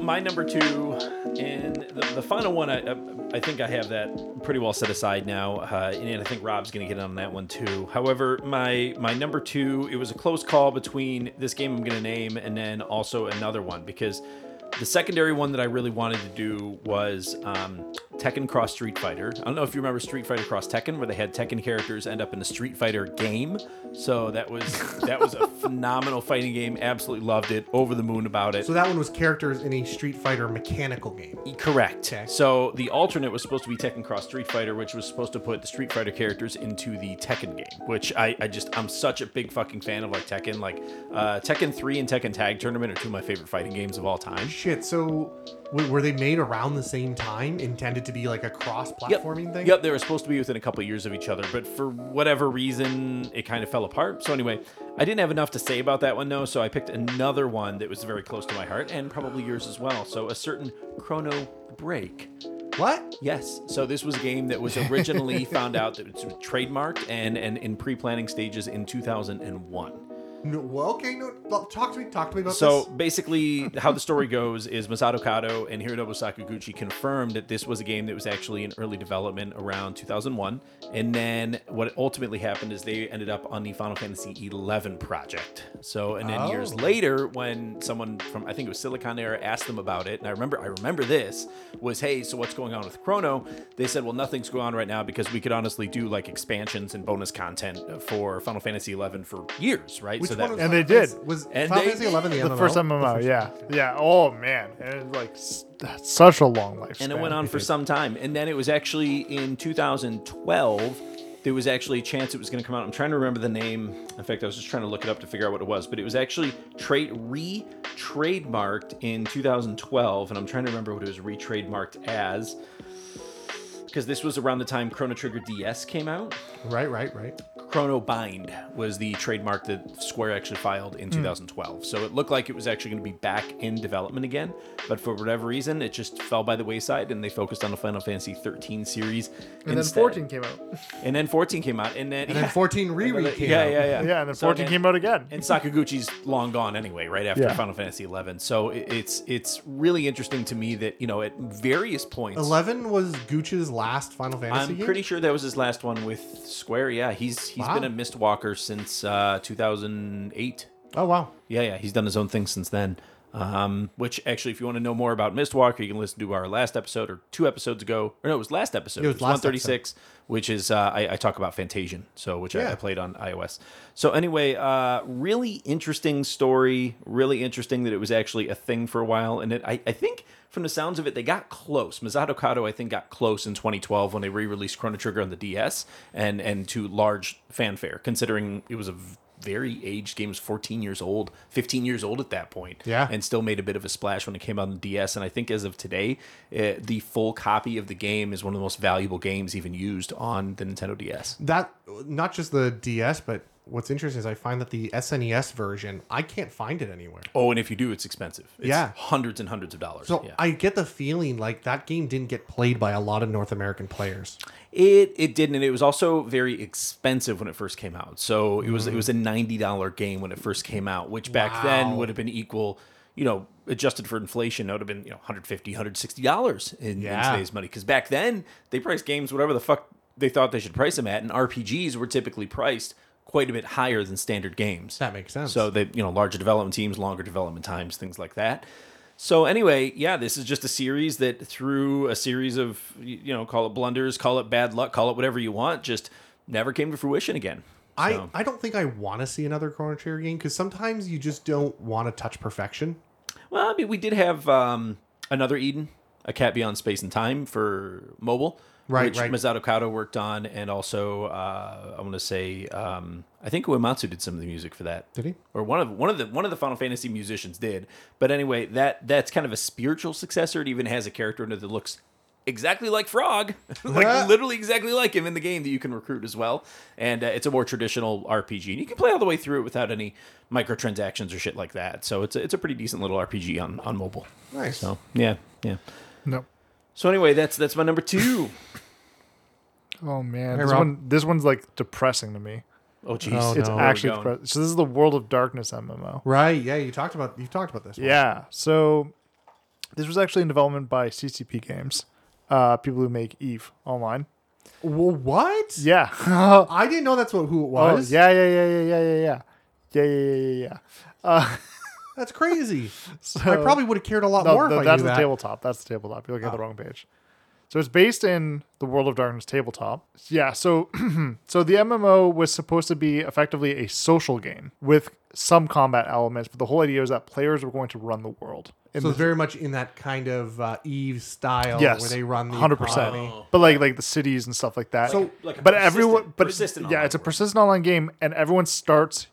my number two and the, the final one I, I- I think i have that pretty well set aside now uh, and i think rob's gonna get on that one too however my my number two it was a close call between this game i'm gonna name and then also another one because the secondary one that i really wanted to do was um, tekken cross street fighter i don't know if you remember street fighter cross tekken where they had tekken characters end up in a street fighter game so that was that was a phenomenal fighting game absolutely loved it over the moon about it
So that one was characters in a Street Fighter mechanical game.
Correct. So the alternate was supposed to be Tekken Cross Street Fighter, which was supposed to put the Street Fighter characters into the Tekken game, which I, I just I'm such a big fucking fan of like Tekken. Like uh, Tekken 3 and Tekken Tag Tournament are two of my favorite fighting games of all time.
Shit. So w- were they made around the same time? Intended to be like a cross-platforming thing?
Yep, they were supposed to be within a couple years of each other, but for whatever reason, it kind of fell apart. So anyway, I didn't have enough to say about that one though, so I picked another one that was very close to my heart and probably yours as well. So a certain Chrono Break.
What?
Yes. So this was a game that was originally found out that it's trademarked and, and in pre-planning stages in 2001.
No, well, okay. No. well, Talk to me. Talk to me about
So
this.
basically, how the story goes is Masato Kato and Hironobu Sakaguchi confirmed that this was a game that was actually in early development around 2001, and then what ultimately happened is they ended up on the Final Fantasy XI project. So, and then years
Oh.
later, when someone from I think it was Silicon Era asked them about it, and I remember I remember this was, hey, so what's going on with Chrono? They said, well, nothing's going on right now because we could honestly do like expansions and bonus content for Final Fantasy XI for years, right?
Which
so
one was
And they
Final Fantasy-
did.
Was
And
Final
they
Fantasy Eleven the,
The
MMO?
first MMO, yeah, yeah. Oh man, and it, like s- that's such a long life.
and it went on for some time. And then it was actually in 2012. There was actually a chance it was going to come out. I'm trying to remember the name. In fact, I was just trying to look it up to figure out what it was, but it was actually trade re trademarked in 2012, and I'm trying to remember what it was re trademarked as. Because this was around the time Chrono Trigger DS came out.
Right. Right. Right.
Chrono Bind was the trademark that Square actually filed
Hmm.
in 2012. So it looked like it was actually going to be back in development again, but for whatever reason, it just fell by the wayside and they focused on the Final Fantasy 13 series.
And then
instead.
14 came out.
And then 14 came out. And then,
And then 14 re-read came
yeah,
out.
yeah, yeah.
Yeah, and then
So
14
then-
came out again.
and Sakaguchi's long gone anyway, right after
Yeah.
Final Fantasy 11. So it, it's it's really interesting to me that you know at various points,
Eleven was Gooch's last Final Fantasy
I'm
game.
pretty sure that was his last one with Square. Yeah, he's he's
Wow.
been a mist walker since uh, 2008.
Oh wow.
Yeah, yeah, he's done his own thing since then. Um, which actually, if you want to know more about Mistwalker, you can listen to our last episode or two episodes ago, or no, it was last episode.
It was last
136, which is uh, I, I talk about Fantasian, so which I,
Yeah.
I played on iOS. So anyway, uh, really interesting story. Really interesting that it was actually a thing for a while, and it, I, I think from the sounds of it, they got close. Masato Kato, I think, got close in 2012 when they re-released Chrono Trigger on the DS, and and to large fanfare, considering it was a v- very aged game. It was 14 years old, 15 years old at that point.
Yeah.
And still made a bit of a splash when it came out on DS. And I think as of today, uh, the full copy of the game is one of the most valuable games even used on the Nintendo DS.
that not just the DS, but what's interesting is I find that the SNES version I can't find it anywhere.
Oh, and if you do, it's expensive. It's
Yeah.
Hundreds and hundreds of dollars.
So
yeah.
I get the feeling like that game didn't get played by a lot of North American players.
It it didn't. and It was also very expensive when it first came out. So it was it was a ninety dollar game when it first came out, which back then
Mm. Wow.
would have been equal, you know, adjusted for inflation, it would have been you know 150 dollars in, in
Yeah.
today's money. Because back then they priced games whatever the fuck they thought they should price them at, and RPGs were typically priced quite a bit higher than standard games.
That makes sense.
So they, you know, larger development teams, longer development times, things like that. So anyway, yeah, this is just a series that through a series of y- you know, call it blunders, call it bad luck, call it whatever you want, just never came to fruition again.
I, I don't think I want to see another Chrono Trigger game because sometimes you just don't want to touch perfection.
Well, I mean, we did have um, another Eden, a cat beyond space and time for mobile,
Right,
Which
right.
Masato Kato worked on, and also uh, I want to say um, I think Uematsu did some of the music for that.
Did he?
Or one of one of the one of the Final Fantasy musicians did. But anyway, that that's kind of a spiritual successor. It even has a character in it that looks exactly like Frog,
Uh,
like literally exactly like him in the game that you can recruit as well. And uh, it's a more traditional RPG, and you can play all the way through it without any microtransactions or shit like that. So it's a, it's a pretty decent little RPG on on mobile.
Nice.
So yeah, yeah.
No.
So anyway, that's that's my number two.
Oh man,
Hey,
this
Rob.
one this one's like depressing to me.
Oh jeez,
Oh,
it's
no. Where we
actually
Where we going?
depressing. So this is the World of Darkness MMO.
Right. Yeah. You talked about you talked about this. one.
Yeah. So this was actually in development by CCP Games, uh, people who make Eve Online.
Wh- what?
Yeah.
I didn't know that's what who it
Oh,
was.
yeah, yeah, yeah, yeah, yeah, yeah, yeah, yeah, yeah, yeah, yeah.
That's crazy.
So,
I probably would have cared a lot
no,
more
no,
if I
that's
knew
the
that. Oh.
tabletop. That's the tabletop. You're looking at the wrong page. So it's based in the World of Darkness tabletop. Yeah. So, so the MMO was supposed to be effectively a social game with some combat elements, but the whole idea was that players were going to run the world. In the
So it's very much in that kind of uh, Eve style
yes,
where they run the
hundred
100%.
percent. But like like the cities and stuff like that.
So-
Oh. Like a
but
persistent-
everyone, but
persistent
yeah,
online
it's a
world.
persistent online game, and everyone starts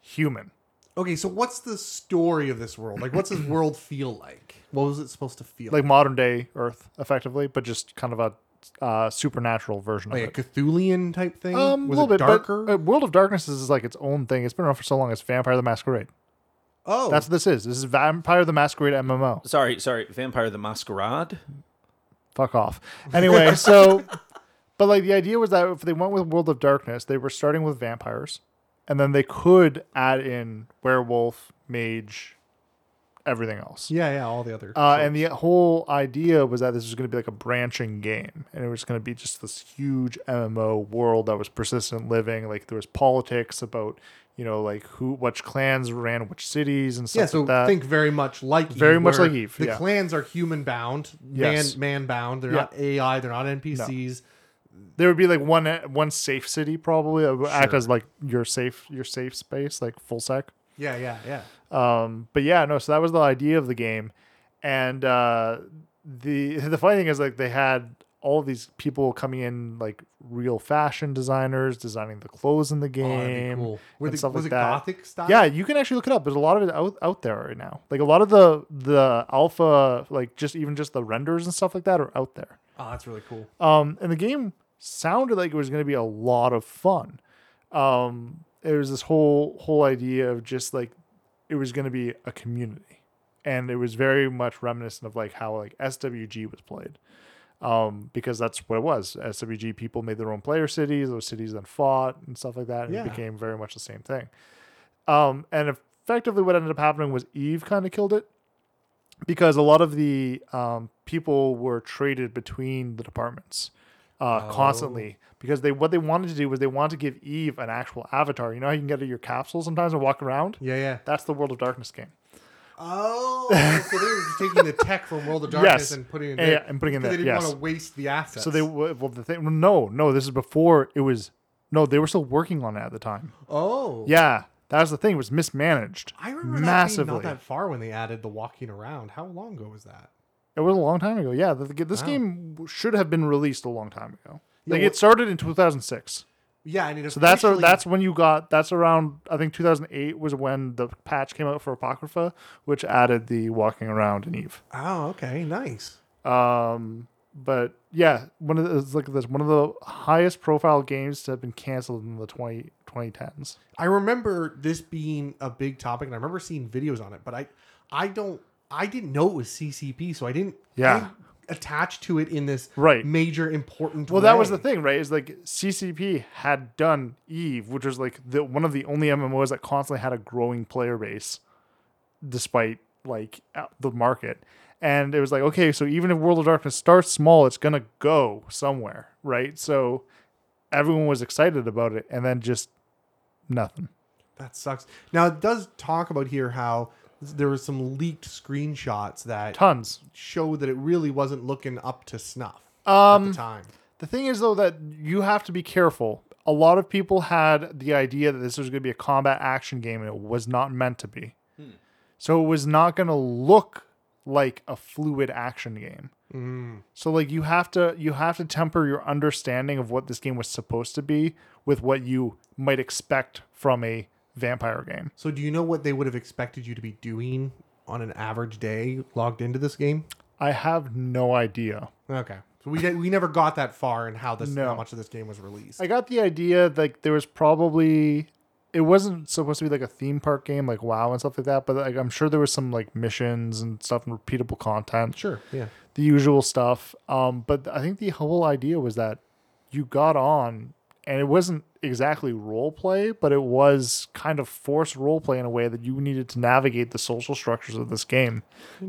human.
Okay, so what's the story of this world? Like, what's this world feel like? What was it supposed to feel
like modern day Earth, effectively, but just kind of a uh, supernatural version of
Like a
it.
Cthulian type thing?
Um, a
was
little bit
it darker?
But, uh, World of Darkness is like its own thing. It's been around for so long. It's Vampire the Masquerade.
oh,
That's what this is. This is Vampire the Masquerade MMO.
Sorry, sorry, Vampire the Masquerade.
Fuck off. Anyway, so, but like the idea was that if they went with World of Darkness, they were starting with vampires, and then they could add in werewolf, mage, everything else.
yeah, yeah, all the other.
Uh, and the whole idea was that this was going to be like a branching game, and it was going to be just this huge MMO world that was persistent living. Like there was politics about, you know, like who, which clans ran which cities and stuff
yeah, so
like that.
think very much like Eve,
Very much
where
like Eve,
The
yeah.
clans are human bound,
Yes.
man man bound. They're
Yeah.
not AI. They're not NPCs.
there would be like one one safe city probably that would act as like your safe your safe space, like full sec.
Yeah, yeah, yeah.
Um, but yeah, no. So that was the idea of the game, and uh, the the funny thing is like they had all these people coming in like real fashion designers designing the clothes in the
Oh, that'd be
game
cool. Were
and
they-
stuff
was
like
it
that.
gothic style?
Yeah, you can actually look it up. There's a lot of it out, out there right now. Like a lot of the the alpha, like just even just the renders and stuff like that are out there.
Oh, that's really cool.
Um, and the game sounded like it was going to be a lot of fun. Um, it was this whole whole idea of just like it was going to be a community, and it was very much reminiscent of like how like SWG was played, um, because that's what it was. SWG people made their own player cities; those cities then fought and stuff like that, and
Yeah.
it became very much the same thing. Um, and effectively, what ended up happening was Eve kind of killed it because a lot of the um, people were traded between the departments uh, constantly because they what they wanted to do was they wanted to give Eve an actual avatar. You know how you can get your capsule sometimes and walk around.
Yeah, yeah.
That's the World of Darkness game.
Oh, so they were taking the tech from World of Darkness
Yes.
and putting it in
Yeah,
there.
and putting it in
'cause They
there,
didn't
yes.
want to waste the assets.
So they w- well the thing no no this is before it was no they were still working on it at the time.
Oh.
Yeah, that was the thing. It was mismanaged.
I remember that being
massively.
not that far when they added the walking around. How long ago was that?
It was a long time ago. Yeah, the, the- this
Wow.
game should have been released a long time ago.
Yeah,
Like
well-
it started in 2006.
Yeah, and it
So that's a,
officially-
that's when you got that's around I think 2008 was when the patch came out for Apocrypha, which added the walking around in Eve.
Oh, okay, nice.
Um, but yeah, one of the, let's look at this one of the highest profile games to have been canceled in the 20, 2010s.
I remember this being a big topic, and I remember seeing videos on it, but I, I don't, I didn't know it was CCP, so I didn't, I
Yeah.
didn't attach to it in this
Right.
major important.
Well, that was
way.
the thing, right? Is like CCP had done Eve, which was like the one of the only MMOs that constantly had a growing player base, despite like out- the market. And it was like, okay, so even if World of Darkness starts small, it's gonna go somewhere, right? So everyone was excited about it, and then just nothing.
That sucks. Now it does talk about here how there were some leaked screenshots that
Tons.
show that it really wasn't looking up to snuff
Um,
at the time.
The thing is, though, that you have to be careful. A lot of people had the idea that this was going to be a combat action game, and it was not meant to be. So it was not going to look like a fluid action game. So like you have to you have to temper your understanding of what this game was supposed to be with what you might expect from a vampire game.
So do you know what they would have expected you to be doing on an average day logged into this game?
I have no idea.
Okay. So we we never got that far in how this how
No.
much of this game was released.
I got the idea like there was probably it wasn't supposed to be like a theme park game like WoW and stuff like that, but like I'm sure there was some like missions and stuff and repeatable content,
sure. Yeah.
the usual stuff. Um, but I think the whole idea was that you got on and it wasn't exactly role play, but it was kind of forced role play in a way that you needed to navigate the social structures of this game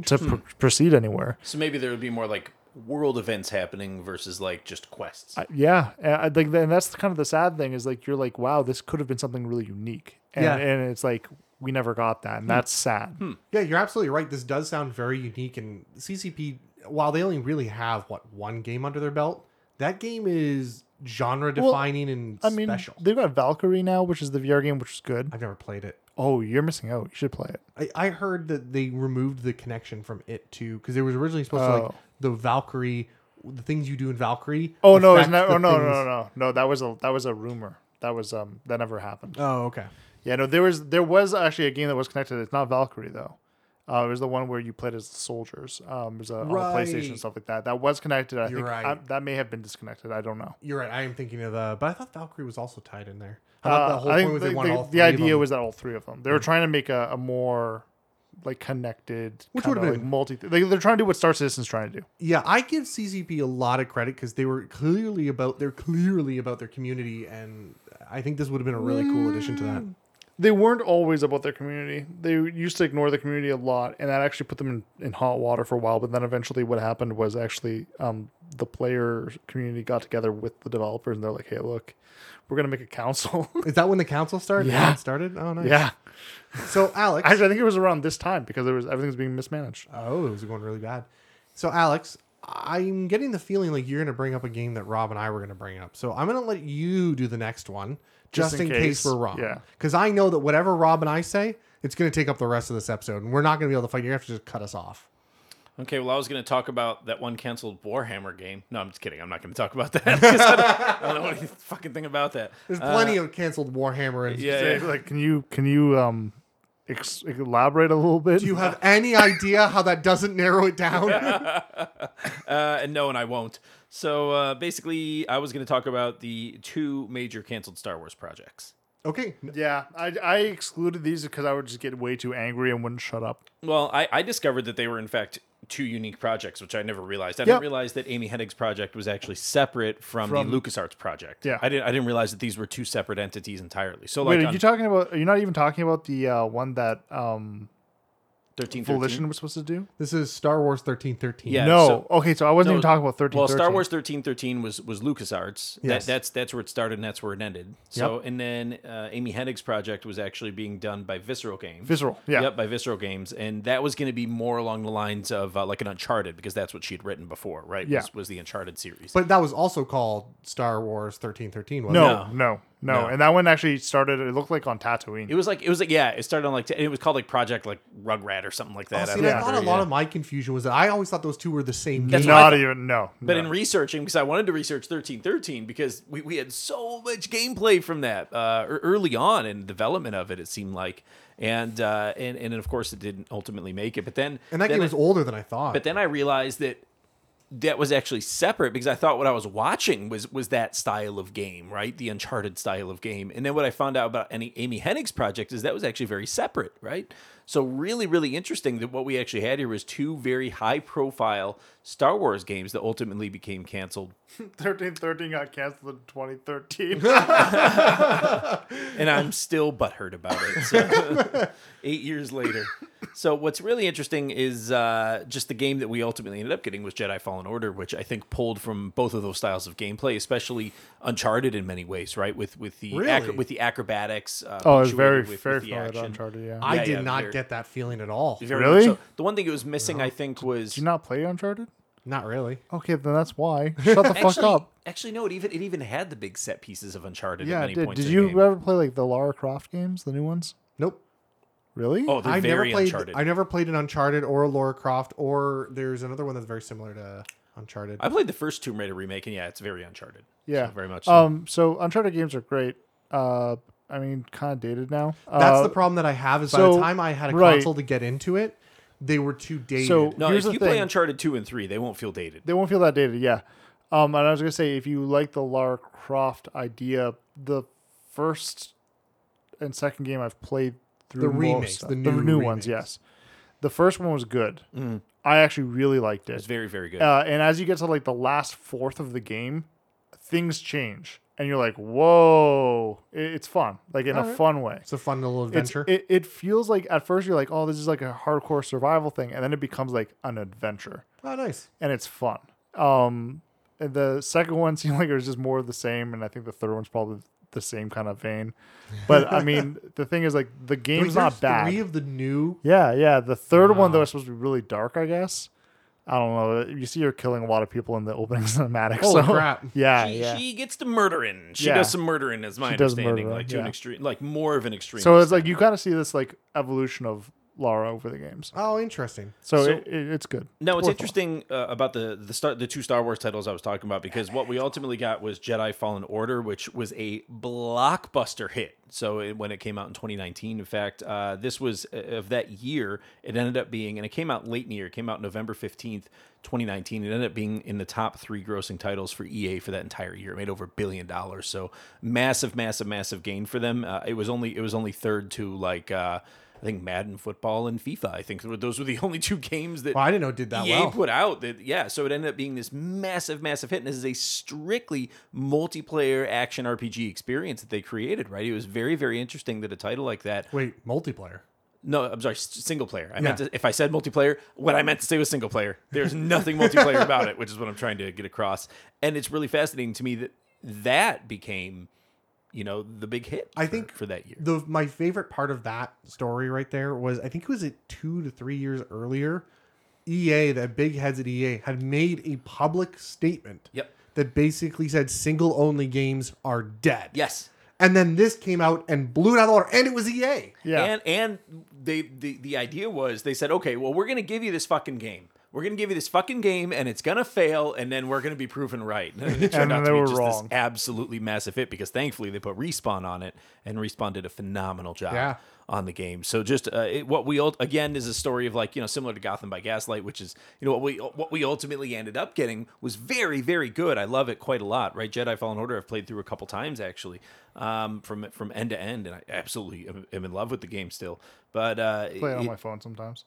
to pr- proceed anywhere.
So maybe there would be more like world events happening versus like just quests.
I- yeah and I think that- and that's kind of the sad thing is like you're like wow this could have been something really unique and,
Yeah. Hmm.
and it's like we never got that and that's sad
Yeah, you're absolutely right. This does sound very unique and CCP while they only really have what one game under their belt, that game is genre defining and
i mean
special.
they've got valkyrie now which is the vr game which is good
I've never played it.
oh you're missing out you should play it
I, I heard that they removed the connection from it too because it was originally supposed to like
Oh.
the Valkyrie, the things you do in Valkyrie.
oh no isn't that
affect
oh
the
no no
things-
no no no that was a that was a rumor that was um that never happened
Oh okay.
yeah no there was there was actually a game that was connected it's not valkyrie though uh, it was the one where you played as soldiers um it was uh, on the playstation
Right.
and stuff like that that was connected i
You're
think
right.
I- that may have been disconnected i don't know
You're right. I am thinking of the, but I thought Valkyrie was also tied in there. I thought
Uh,
the whole
I
point
think
was
the,
they wanted
the-
all
the
three of
idea
them. Mm.
was that all three of them. They were trying to make a, a more like connected,
Which
kinda,
would've
like
been-
multi. They, they're trying to do what Star Citizen's trying to do.
yeah. I give CCP a lot of credit because they were clearly about they're clearly about their community, and I think this would have been a really cool addition to that.
Mm. They weren't always about their community. They used to ignore the community a lot, and that actually put them in, in hot water for a while. But then eventually, what happened was actually um, the player community got together with the developers, and they're like, "Hey, look, we're gonna make a council."
Is that when the council started?
Yeah.
It started. Oh nice.
yeah,
So Alex,
actually, I think it was around this time because there was everything was being mismanaged.
Oh, it was going really bad. So, Alex, I'm getting the feeling like you're going to bring up a game that Rob and I were going to bring up. So, I'm going to let you do the next one just, in, case. we're wrong.
yeah.
Because I know that whatever Rob and I say, it's going to take up the rest of this episode, and we're not going to be able to fight. You're going to have to just cut us off.
Okay, well, I was going to talk about that one canceled Warhammer game. No, I'm just kidding. I'm not going to talk about that. 'cause I, don't, I don't know anything fucking thing about that.
There's
Uh,
plenty of canceled Warhammer. And
yeah,
Say,
yeah.
like, can you can you um ex- elaborate a little bit?
Do you have any idea how that doesn't narrow it down?
Uh, and no, and I won't. So uh, basically, I was going to talk about the two major canceled Star Wars projects.
okay.
Yeah, I, I excluded these because I would just get way too angry and wouldn't shut up.
Well, I, I discovered that they were in fact two unique projects, which I never realized. I
Yep.
didn't realize that Amy Hennig's project was actually separate from, the LucasArts project.
Yeah.
I didn't I didn't realize that these were two separate entities entirely. So
Wait,
like
are
on
you talking about? Are you not even talking about the uh, one that um
13,
Volition was supposed to do?
This is Star Wars 1313.
Yeah,
no.
so-
okay, so I wasn't
No,
even talking about thirteen.
Well, Star Wars thirteen thirteen was was LucasArts.
Yes.
That, that's that's where it started and that's where it ended. So and then uh, Amy Hennig's project was actually being done by Visceral Games.
Visceral. Yeah.
Yep, by Visceral Games, and that was going to be more along the lines of uh, like an Uncharted because that's what she had written before, right?
Yeah.
was, was the Uncharted series.
But that was also called Star Wars 1313, wasn't it?
No, no, no. No,
No.
and that one actually started. It looked like on Tatooine.
It was like it was like yeah, it started on like it was called like Project like Rugrat or something like that.
Oh, See,
I
and I
remember,
thought a
yeah.
lot of my confusion was that I always thought those two were the same
That's
game.
what I
Not
thought.
even no.
But
no.
in researching, because I wanted to research 1313 because we, we had so much gameplay from that uh, ear- early on in development of it, it seemed like. And, uh, and and of course, it didn't ultimately make it. But then.
and that
then
game was
I-
older than I thought.
But then I realized that that was actually separate because I thought what I was watching was was that style of game, right? The Uncharted style of game. And then what I found out about any Amy Hennig's project is that was actually very separate, right? So really, really interesting that what we actually had here was two very high profile Star Wars games that ultimately became canceled.
thirteen thirteen got canceled in twenty thirteen.
and I'm still butthurt about it. So, eight years later. So what's really interesting is uh, just the game that we ultimately ended up getting was Jedi Fallen Order, which I think pulled from both of those styles of gameplay, especially Uncharted in many ways, right? With with the ac-
Really?
with the acrobatics. Uh,
Oh, it was
punctuated
very,
with- with
very
the
familiar with
action.
Uncharted. Yeah.
I
yeah,
did
yeah,
not
they're-
get that feeling at all.
Very
Really?
much so. The one thing it was missing, I think, was
Did you not play Uncharted?
Not really.
Okay, then that's why. Shut the fuck
actually,
up.
actually no. It even it even had the big set pieces of Uncharted. at
Yeah,
many
it did.
points
Did
in
you
the game.
ever play like the Lara Croft games, the new ones?
Nope.
Really?
Oh, they're
I've never
very
played.
Uncharted.
I never played an Uncharted or a Lara Croft or there's another one that's very similar to Uncharted.
I played the first Tomb Raider remake, and yeah, it's very Uncharted.
yeah,
So very much. So.
Um, so Uncharted games are great. Uh, I mean, kind of dated now.
that's
Uh,
the problem that I have is by
so-
the time I had a
right.
console to get into it, they were too dated.
So-
No,
Here's
if
the
you play
thing.
Uncharted two and three, they won't feel dated.
They won't feel that dated, yeah. Um, and I was gonna say, if you like the Lara Croft idea, the first and second game I've played through
The
most
remakes,
of-
the new
ones,
remakes.
yes. The first one was good. I actually really liked
Mm. It's
it.
very, very good.
Uh, and as you get to like the last fourth of the game, things change, and you're like, "Whoa!" I- it's fun, like in a
Alright.
fun way.
it's a fun little
It's,
adventure.
it, it feels like at first you're like, "Oh, this is like a hardcore survival thing," and then it becomes like an adventure
oh, nice.
and it's fun. Um, and the second one seemed like it was just more of the same, and I think the third one's probably the same kind of vein. But I mean, the thing is, like, the game's
There's
not
Three
bad.
of the new.
Yeah, yeah. The third one though is supposed to be really dark, I guess. I don't know. You see, her killing a lot of people in the opening cinematic.
Holy
so
crap.
yeah,
she,
yeah.
she gets to murdering. She
Yeah.
does some murdering, is my
She does
understanding.
murder,
like to an
yeah.
extreme, like more of an extreme.
So it's like you kind of see this like evolution of Lara over the games.
Oh, interesting.
So,
So-
it, it, it's good.
No, it's
worthwhile.
interesting uh, about the the star, the two Star Wars titles I was talking about because what we ultimately got was Jedi Fallen Order, which was a blockbuster hit. So it, when it came out in 2019, in fact, uh, this was uh, of that year. It ended up being, and it came out late in the year. It came out November 15th, 2019. It ended up being in the top three grossing titles for EA for that entire year. It made over a billion dollars, so massive, massive, massive gain for them. Uh, it was only it was only third to like. Uh, I think Madden football and FIFA. I think those were the only two games that
Well, I didn't know it did that
EA
well.
E put out that yeah, so it ended up being this massive, massive hit, and this is a strictly multiplayer action RPG experience that they created. Right, it was very, very interesting that a title like that.
Wait, multiplayer.
No, I'm sorry, s- single player. I meant
Yeah.
to, if I said multiplayer, what I meant to say was single player. There's nothing multiplayer about it, which is what I'm trying to get across. And it's really fascinating to me that that became, you know, the big hit.
I
for-
think
for that year.
the my favorite part of that story right there was I think it was it two to three years earlier, EA, the big heads at EA, had made a public statement
Yep.
that basically said single only games are dead.
Yes.
And then this came out and blew it out of the water, and it was E EA.
Yeah.
And and they the, the idea was they said, okay, well, we're gonna give you this fucking game. We're gonna give you this fucking game, and it's gonna fail, and then we're gonna be proven right. And it turned
And
out to
they
be
were
just
wrong.
this absolutely massive hit because thankfully they put respawn on it, and respawn did a phenomenal job
Yeah.
on the game. So just uh, it, what we ult- again is a story of like you know similar to Gotham by Gaslight, which is you know what we what we ultimately ended up getting was very very good. I love it quite a lot. Right, Jedi Fallen Order I've played through a couple times actually, um, from from end to end, and I absolutely am, am in love with the game still. But uh,
I play it on
it-
my phone sometimes.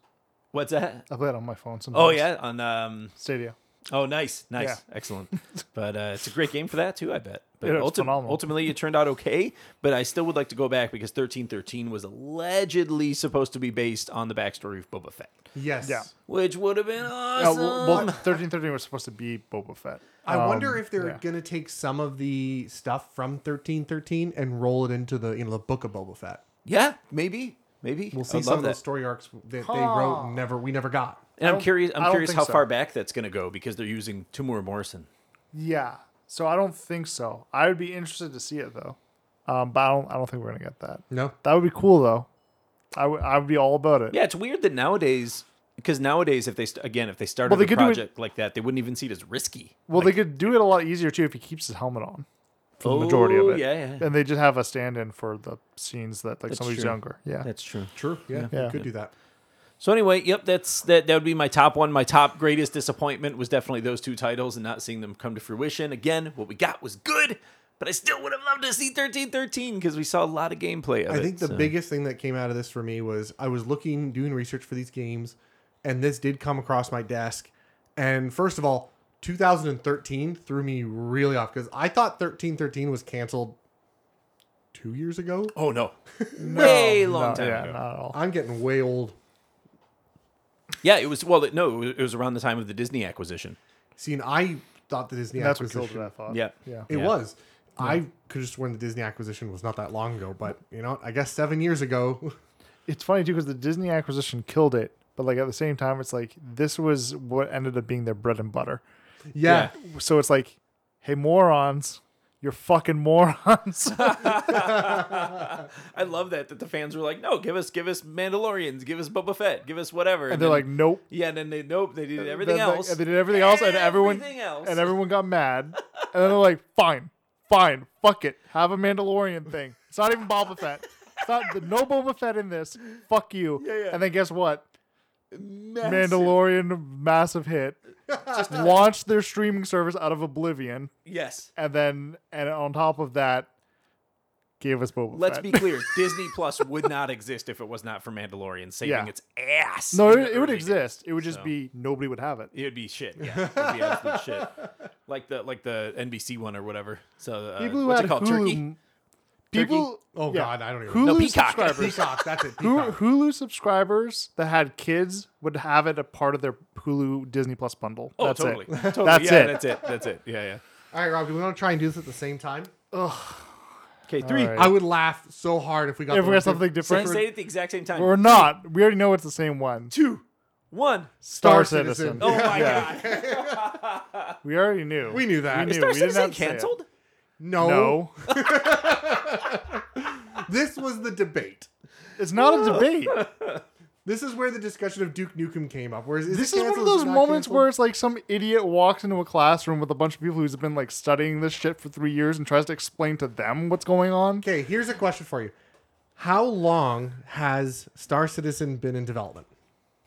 what's that?
I play it on my phone sometimes.
Oh yeah, on um,
Stadia.
Oh, nice, nice,
Yeah.
excellent. But uh, it's a great game for that too. I bet. But
Yeah, it's
ulti-
phenomenal.
ultimately, it turned out okay. But I still would like to go back because thirteen thirteen was allegedly supposed to be based on the backstory of Boba Fett,
Yes.
Yeah.
which would have been
Yeah,
awesome.
Uh, well, well, thirteen thirteen was supposed to be Boba Fett.
I
Um,
wonder if they're
yeah.
gonna take some of the stuff from thirteen thirteen and roll it into the you know the book of Boba Fett.
yeah, maybe, maybe
We'll see
I'd
some
love
of
that.
those story arcs that they wrote and never we never got.
And I'm curious.
I
I'm
don't
curious
think
how
so.
far back that's going to go because they're using Tamura Morrison.
Yeah. So I don't think so. I would be interested to see it though. Um, but I don't, I don't think we're gonna get that.
No.
That would be cool though. I would I would be all about it.
Yeah, it's weird that nowadays, because nowadays, if they st- again, if they started
Well, they
a
could do it-
project like that, they wouldn't even see it as risky.
Well, they could do it a lot easier too if he keeps his helmet on for
Oh,
the majority of it.
yeah, yeah.
And they just have a stand-in for the scenes that like somebody's
true.
younger. Yeah.
That's true.
True. Yeah.
Yeah.
You could do that.
So anyway, yep, that's that. That would be my top one. My top greatest disappointment was definitely those two titles and not seeing them come to fruition. Again, what we got was good, but I still would have loved to see thirteen thirteen because we saw a lot of gameplay. Of
I
it,
think the
so.
biggest thing that came out of this for me was I was looking, doing research for these games, and this did come across my desk. And first of all, 2013 threw me really off because I thought 1313 was canceled two years ago.
Oh no, way long
No,
time
yeah,
ago.
not at all.
I'm getting way old.
Yeah, it was. Well, it, no, it was, it was around the time of the Disney acquisition.
See, and I thought the Disney
That's what killed
acquisition.
it. I thought.
Yeah.
Yeah.
It
Yeah.
was. I could have sworn the Disney acquisition was not that long ago, but you know, I guess seven years ago.
It's funny too because the Disney acquisition killed it, but like at the same time, it's like this was what ended up being their bread and butter.
yeah.
So it's like, hey morons, you're fucking morons.
I love that that the fans were like, no, give us give us Mandalorians, give us Boba Fett, give us whatever.
and they're
then-
like, nope.
yeah, and then they nope, they did everything
Then, like,
else.
and they did everything else, and everyone
Everything else.
and everyone got mad. and then they're like, fine, fine, fuck it, have a Mandalorian thing. It's not even Boba Fett. It's not the no Boba Fett in this. Fuck you.
Yeah, yeah.
And then guess what? Mandalorian massive hit. Just launched their streaming service out of oblivion,
yes.
and then and on top of that, gave us Boba
Let's
Fett.
be clear, Disney Plus would not exist if it was not for Mandalorian saving
Yeah.
its ass.
no,
in
it,
the
it would
early
exist. It would just
so.
be nobody would have it.
days. It would be shit. Yeah, it would be absolute shit. Like the like the NBC one or whatever. So uh,
People who
what's
had
it called?
Hulu,
Turkey.
people.
Oh
yeah.
God, I don't even.
Hulu
know.
No, Peacock.
subscribers.
Peacock. That's it.
Hulu,
Peacock.
Hulu subscribers that had kids would have it a part of their Hulu Disney Plus bundle.
Oh,
that's
totally.
It.
Totally.
That's
yeah,
it.
That's it. That's it. Yeah, yeah.
All right, Rob. Do we want to try and do this at the same time?
Okay, three.
right.
I would laugh so hard if we got.
If
the
we got
one-
something
Say,
different,
say it at the exact same time.
or not, we already know it's the same one.
Two, one.
Star,
Star
Citizen.
Citizen.
Oh my god.
We already knew.
We knew that.
We knew.
Star
we didn't
Citizen
have to say it.
canceled?
No,
No,
This was the debate.
it's not a debate.
This is where the discussion of Duke Nukem came up. Whereas
This is one of those moments where it's like some idiot walks into a classroom with a bunch of people who's been like studying this shit for three years and tries to explain to them what's going on.
Okay, here's a question for you. How long has Star Citizen been in development?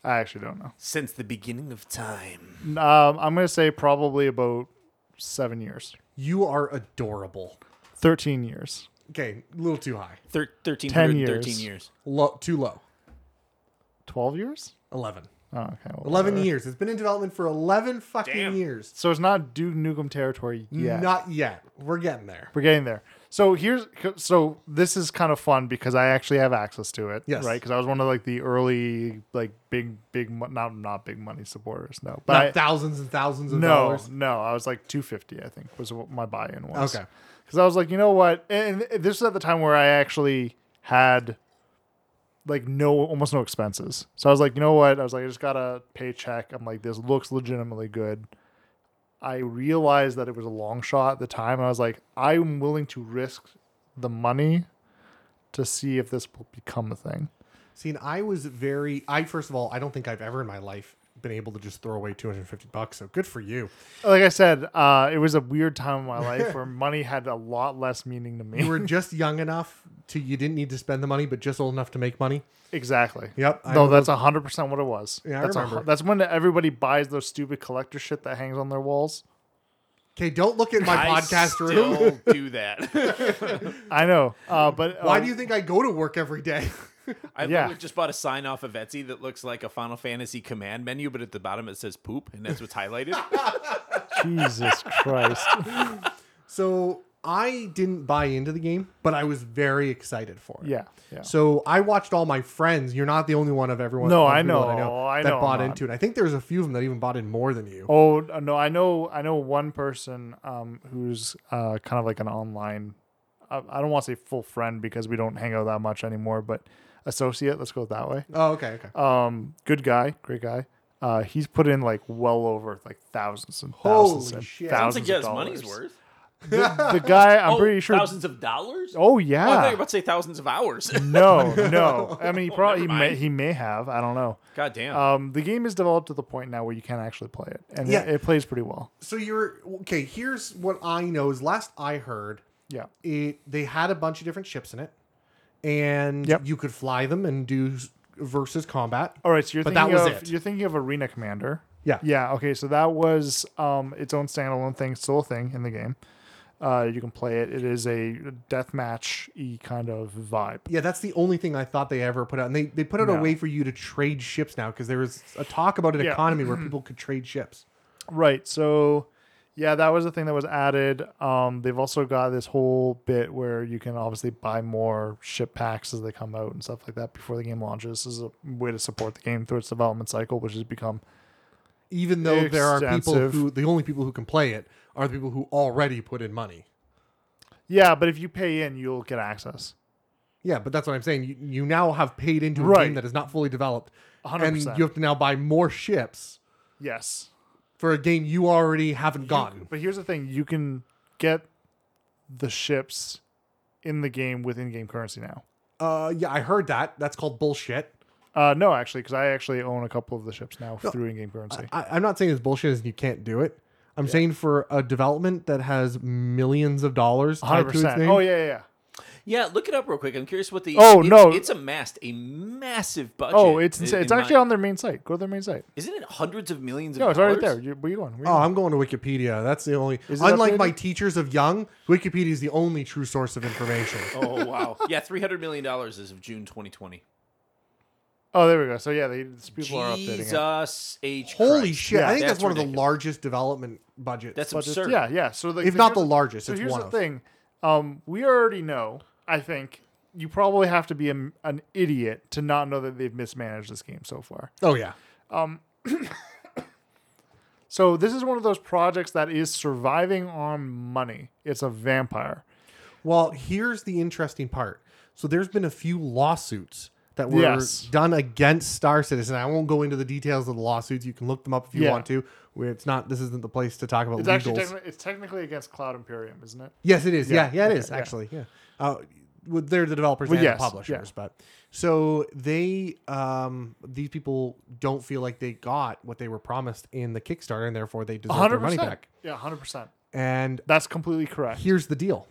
I actually don't know.
Since the beginning of time.
Um, I'm gonna say probably about seven years,
You are adorable.
thirteen years.
Okay, a little too high.
Thir- 13,
10
13
years.
years.
Low, too low.
12 years?
11.
Oh, okay. well,
11
whatever.
years. It's been in development for 11 fucking
Damn.
years.
So it's not Duke Nukem territory yet.
Not yet. We're getting there.
We're getting there. So here's so this is kind of fun because I actually have access to it,
Yes.
right? Because I was one of like the early like big big mo- not not big money supporters, no,
Not
but I,
thousands and thousands of
no
dollars.
no I was like two fifty I think was what my buy in was.
Okay.
because I was like you know what, and and this was at the time where I actually had like no almost no expenses. So I was like, you know what? I was like, I just got a paycheck. I'm like, this looks legitimately good. I realized that it was a long shot at the time. I was like, I'm willing to risk the money to see if this will become a thing.
See, and I was very. I first of all, I don't think I've ever in my life been able to just throw away 250 bucks. So good for you.
Like I said, uh, it was a weird time in my life where money had a lot less meaning to
You
me.
were just young enough to you didn't need to spend the money, but just old enough to make money.
exactly.
Yep, I
no,
remember-
that's hundred percent what it was.
Yeah, I
that's a hu-
remember.
that's when everybody buys those stupid collector shit that hangs on their walls.
Okay, don't look at my
I
podcast room.
still do that.
I know, uh, but
Why
uh,
do you think I go to work every day?
I
Yeah.
literally just bought a sign off of Etsy that looks like a Final Fantasy command menu, but at the bottom it says poop, and that's what's highlighted.
Jesus Christ.
so I didn't buy into the game, but I was very excited for it.
Yeah. Yeah.
So I watched all my friends. You're not the only one of everyone.
No,
of
I
people
know,
that
I
that
know I'm
bought
not.
into it. I think there's a few of them that even bought in more than you.
Oh uh, no, I know. I know one person um, who's uh, kind of like an online. I, I don't want to say full friend because we don't hang out that much anymore, but associate. Let's go that way.
Oh, okay, okay.
Um, good guy, great guy. Uh, he's put in like well over like thousands and
Holy
thousands and
shit. Sounds
Sounds like
thousands
yeah,
of
his
dollars.
money's worth.
the, the guy, I'm
Oh,
pretty sure.
thousands of dollars.
Oh
Oh, I thought you were
yeah. Mm-hmm.
about to say thousands of hours.
no, no. I mean, he probably he
never
may,
mind.
he may have. I don't know.
God damn.
Um, the game is developed to the point now where you can actually play it, and
Yeah.
it, it plays pretty well.
So you're okay. Here's what I know is last I heard,
Yeah.
it they had a bunch of different ships in it, and
Yep.
you could fly them and do s- versus combat.
All right, so you're
But that
thinking
was
of
it.
you're thinking of Arena Commander.
Yeah.
Yeah, okay, so that was um its own standalone thing, still a thing in the game. Uh you can play it. It is a deathmatch y kind of vibe.
Yeah, that's the only thing I thought they ever put out, and they they put out a
No.
way for you to trade ships now because there was a talk about an
Yeah.
economy where people could trade ships.
Right. So yeah, that was a thing that was added. Um they've also got this whole bit where you can obviously buy more ship packs as they come out and stuff like that before the game launches. This is a way to support the game through its development cycle, which has become
Even though there are people
Extensive.
who the only people who can play it are the people who already put in money.
Yeah, but if you pay in, you'll get access.
Yeah, but that's what I'm saying. You, you now have paid into a game
Right.
that is not fully developed, and
100%.
you have to now buy more ships
Yes.
for a game you already haven't gotten.
But here's the thing: you can get the ships in the game with in-game currency now.
Uh, yeah, I heard that. That's called bullshit.
Uh, no, actually, because I actually own a couple of the ships now through in-game currency.
I, I'm not saying it's bullshit as you can't do it. I'm saying for a development that has millions of dollars tied
Hundred
to its
percent.
name.
Oh yeah, yeah, yeah.
yeah, look it up real quick. I'm curious what the.
Oh,
it's,
no.
it's amassed a massive budget.
Oh, it's
in-
insane. It's
in
actually
my-
on their main site. Go to their main site.
Isn't it hundreds of millions? Of
No, it's
dollars?
right there. You, where you going? Where you
Oh,
going?
I'm going to Wikipedia. That's the only.
Is it
Unlike my
updated?
teachers of young, Wikipedia is the only true source of information.
Oh wow. yeah, three hundred million dollars as of June 2020.
Oh, there we go. So yeah, they, these people are updating
uh,
it.
Jesus H.
Holy
Christ.
shit!
Yeah,
I think that's,
that's
one of the
ridiculous.
largest development budgets.
That's
But Oh, just-
absurd.
yeah, yeah. So the,
if not
here's
the largest.
So
it's
here's
one
the
of.
thing. Um, we already know. I think you probably have to be a, an idiot to not know that they've mismanaged this game so far.
Oh yeah.
So this is one of those projects that is surviving on money. It's a vampire.
Well, here's the interesting part. So there's been a few lawsuits that were
Yes.
done against Star Citizen. I won't go into the details of the lawsuits. You can look them up if you
Yeah.
want to. We- It's not. This isn't the place to talk about
It's
legals.
actually techni- it's technically against Cloud Imperium, isn't it?
yes, it is. Yeah, yeah, it is
yeah.
actually. Yeah. Uh, well, they're the developers
Well,
and
yes,
the
yeah.
publishers, but so they um, these people don't feel like they got what they were promised in the Kickstarter, and therefore they deserve their money back.
Yeah, hundred percent.
And
That's completely correct.
here's the deal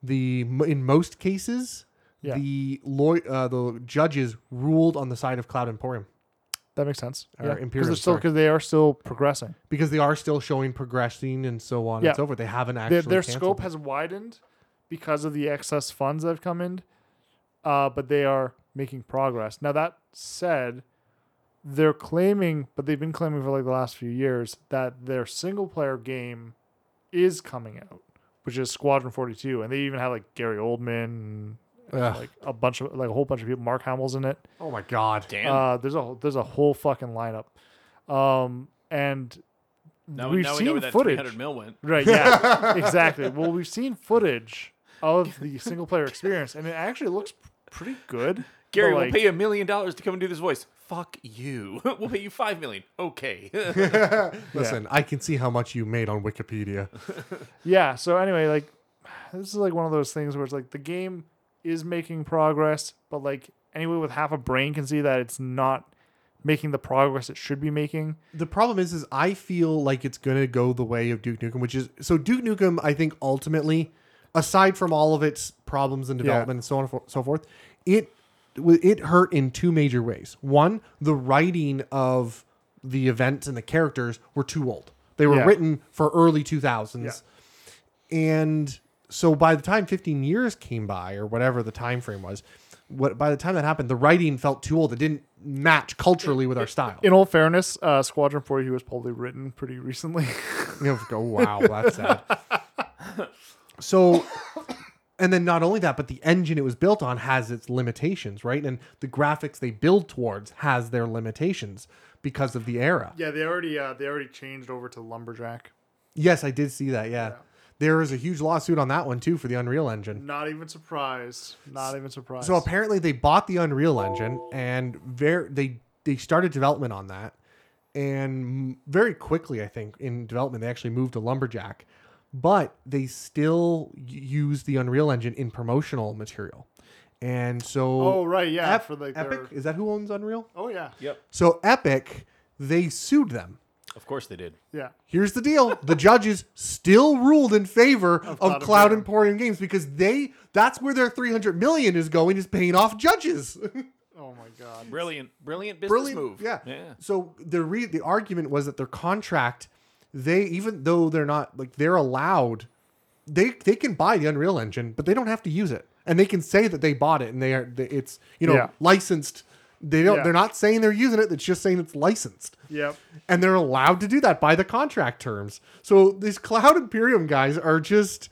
the in most cases
Yeah.
the law uh, the judges ruled on the side of cloud emporium
That makes sense.
Or
because
Imperium,
they're still
sorry.
because they are still progressing.
because they are still showing progressing and so on
Yeah.
and so forth they haven't actually
Their, their
canceled
scope
it.
has widened because of the excess funds that have come in, uh, but they are making progress. Now that said, they're claiming, but they've been claiming for like the last few years that their single player game is coming out, which is Squadron Forty Two, and they even have like Gary Oldman, and,
Ugh.
like a bunch of like a whole bunch of people. Mark Hamill's in it.
oh my god
Damn.
Uh, there's a whole- there's a whole fucking lineup, um, and
now,
we've
now we know
seen
where that
footage.
300 mil went.
Right, yeah, exactly. Well, we've seen footage of the single player experience, and it actually looks p- pretty good.
Gary,
but,
will
like,
pay you a million dollars to come and do this voice. Fuck you. we'll pay you five million. Okay.
listen i can see how much you made on wikipedia
Yeah. So anyway, like this is like one of those things where it's like the game is making progress, but like anyone with half a brain can see that it's not making the progress it should be making.
the problem is is i feel like it's going to go the way of duke nukem which is so duke nukem i think ultimately aside from all of its problems and development and so on and fo- so forth it w- it hurt in two major ways one the writing of the events and the characters were too old they were
Yeah.
written for early 2000s and so by the time 15 years came by or whatever the time frame was what by the time that happened the writing felt too old it didn't match culturally with our style
In all fairness, uh, Squadron 42 was probably written pretty recently.
You know, go, oh, wow, that's sad. So, and then not only that, but the engine it was built on has its limitations, right? And the graphics they build towards has their limitations because of the era.
yeah, they already uh, they already changed over to Lumberjack.
Yes, I did see that. Yeah. There is a huge lawsuit on that one too for the Unreal Engine.
Not even surprised. Not even surprised.
So apparently they bought the Unreal Engine and ver- they they started development on that, and m- very quickly I think in development they actually moved to Lumberjack, but they still y- used the Unreal Engine in promotional material. And so,
Oh, right, yeah,
Ep-
for, like, their-
Epic is that who owns Unreal?
Oh yeah.
Yep.
So Epic, they sued them.
Of course they did.
Yeah.
Here's the deal: the judges still ruled in favor of,
Cloud
Cloud
Emporium.
Emporium Games because they—that's where their 300 million is going is paying off judges.
Oh my god.
Brilliant, brilliant business
Brilliant
move.
Yeah.
Yeah.
So the re- the argument was that their contract, they even though they're not like they're allowed, they they can buy the Unreal Engine, but they don't have to use it, and they can say that they bought it and they are they, it's you know
Yeah.
licensed. They don't.
Yeah.
They're not saying they're using it. It's just saying it's licensed
Yep.
and they're allowed to do that by the contract terms. So these Cloud Imperium guys are just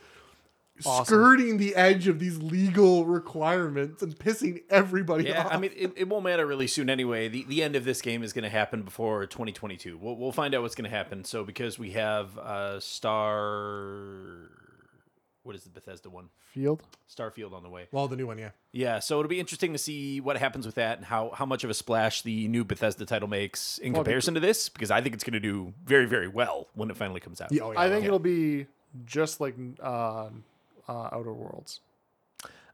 skirting the edge of these legal requirements and pissing everybody
Yeah,
off.
I mean, it, it won't matter really soon anyway. The, the end of this game is going to happen before 2022. We'll, we'll find out what's going to happen. So, because we have uh, Star. What is the Bethesda one?
Field.
Starfield on the way.
well, the new one, yeah.
Yeah, so it'll be interesting to see what happens with that and how, how much of a splash the new Bethesda title makes in comparison to this, because I think it's going to do very, very well when it finally comes out.
yeah, oh, yeah
I think
well,
it'll be just like uh, uh, Outer Worlds.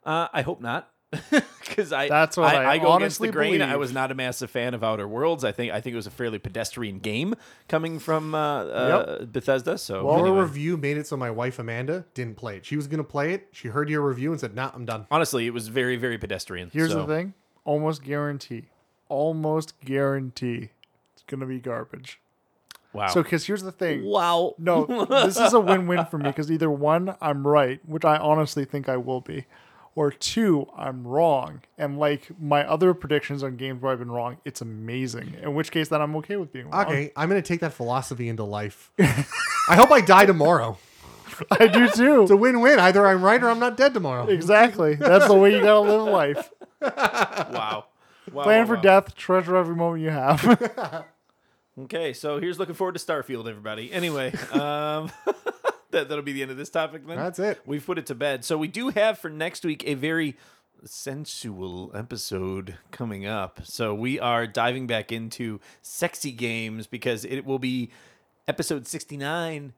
Uh, I hope not. Because I,
That's what I
go against
honestly
the grain. I
believe.
was not a massive fan of Outer Worlds. I think I think it was a fairly pedestrian game coming from uh, uh, Bethesda. So
your
anyway.
review made it so my wife Amanda didn't play it. She was gonna play it. She heard your review and said, "Nah, I'm done."
honestly, it was very very pedestrian.
Here's
so.
the thing. Almost guarantee. Almost guarantee. It's gonna be garbage.
Wow.
So, because here's the thing.
wow.
No, this is a win-win for me because either one, I'm right, which I honestly think I will be, or two, I'm wrong, and like my other predictions on games where I've been wrong, it's amazing. In which case, then I'm okay with being wrong.
Okay, I'm gonna take that philosophy into life. I hope I die tomorrow.
I do too.
It's a win-win. Either I'm right or I'm not dead tomorrow.
exactly. That's the way you gotta live life.
Wow. Wow,
Plan
Oh, wow,
for
wow.
death. Treasure every moment you have.
Okay, so here's looking forward to Starfield, everybody. Anyway, um, that, that'll be the end of this topic then.
That's it.
We've put it to bed. So we do have for next week a very sensual episode coming up. So we are diving back into sexy games because it will be episode 69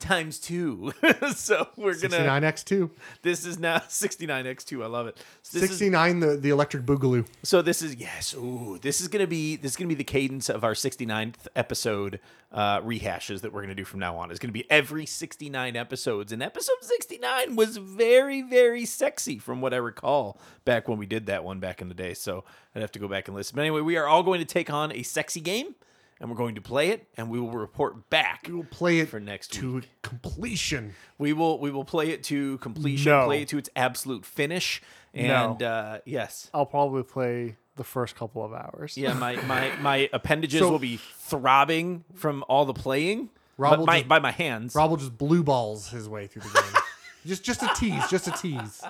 times two. so we're going to.
69x2.
This is now 69x2. I love it. So this is
69 the, the electric boogaloo.
so this is yes. Ooh, this is gonna be this is gonna be the cadence of our 69th episode uh, rehashes that we're gonna do from now on. It's gonna be every 69 episodes, and episode 69 was very very sexy from what I recall back when we did that one back in the day. So I'd have to go back and listen. But anyway, we are all going to take on a sexy game, and we're going to play it, and we will report back.
We will play it
For next
to completion.
We will we will play it to completion,
No.
play it to its absolute finish,
No.
and uh, yes.
I'll probably play the first couple of hours.
Yeah, my my my appendages
So-
will be throbbing from all the playing.
Rob
but
will
my,
just-
by my hands.
Rob will just blue balls his way through the game. just just a tease, just a tease.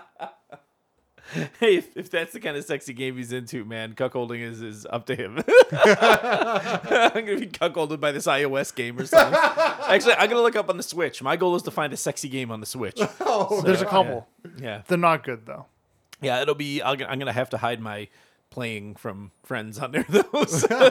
Hey, if, if that's the kind of sexy game he's into, man, cuckolding is, is up to him. I'm gonna be cuckolded by this iOS game or something. Actually, I'm gonna look up on the Switch. My goal is to find a sexy game on the Switch.
Oh,
There's a couple.
Yeah,
They're not good though.
yeah, it'll be. I'll, I'm gonna have to hide my playing from friends on there though. So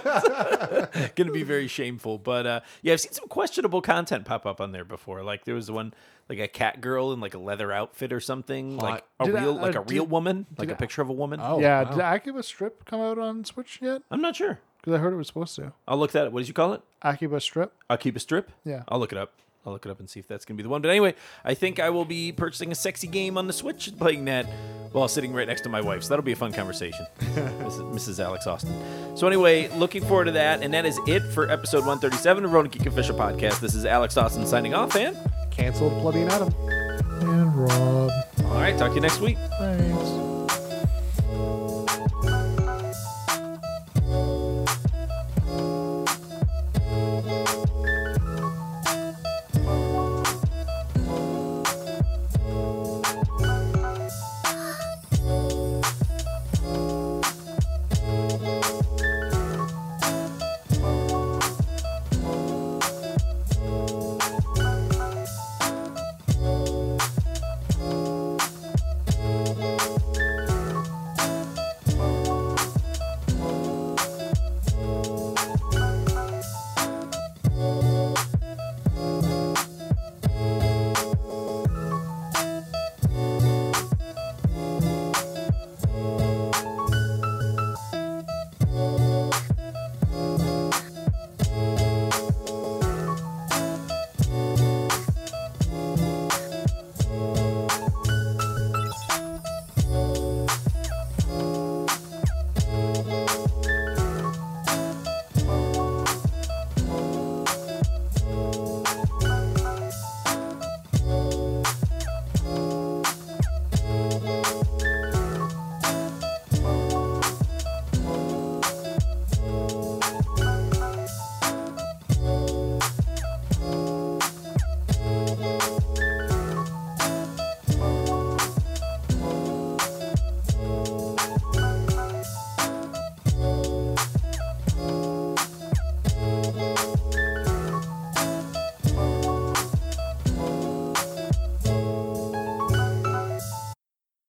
it's gonna be very shameful. But uh, yeah, I've seen some questionable content pop up on there before. Like there was the one like a cat girl in like a leather outfit or something, like a
Did I-
real like
uh,
a real
did-
woman, like a picture of a woman.
Oh,
yeah.
wow.
Did Akiba Strip come out on Switch yet?
I'm not sure.
Because I heard it was supposed to.
I'll look that. up. What did you call it?
Akiba Strip.
I'll keep a strip.
Yeah.
I'll look it up. I'll look it up and see if that's gonna be the one. But anyway, I think I will be purchasing a sexy game on the Switch and playing that while sitting right next to my wife. So that'll be a fun conversation, Mrs. Mrs. Alex Austin. So anyway, looking forward to that. And that is it for episode 137 of Ronan Geek Official Podcast. This is Alex Austin signing off. And
Canceled Plebeian Adam.
And Rob.
all right, talk to you next week.
Thanks.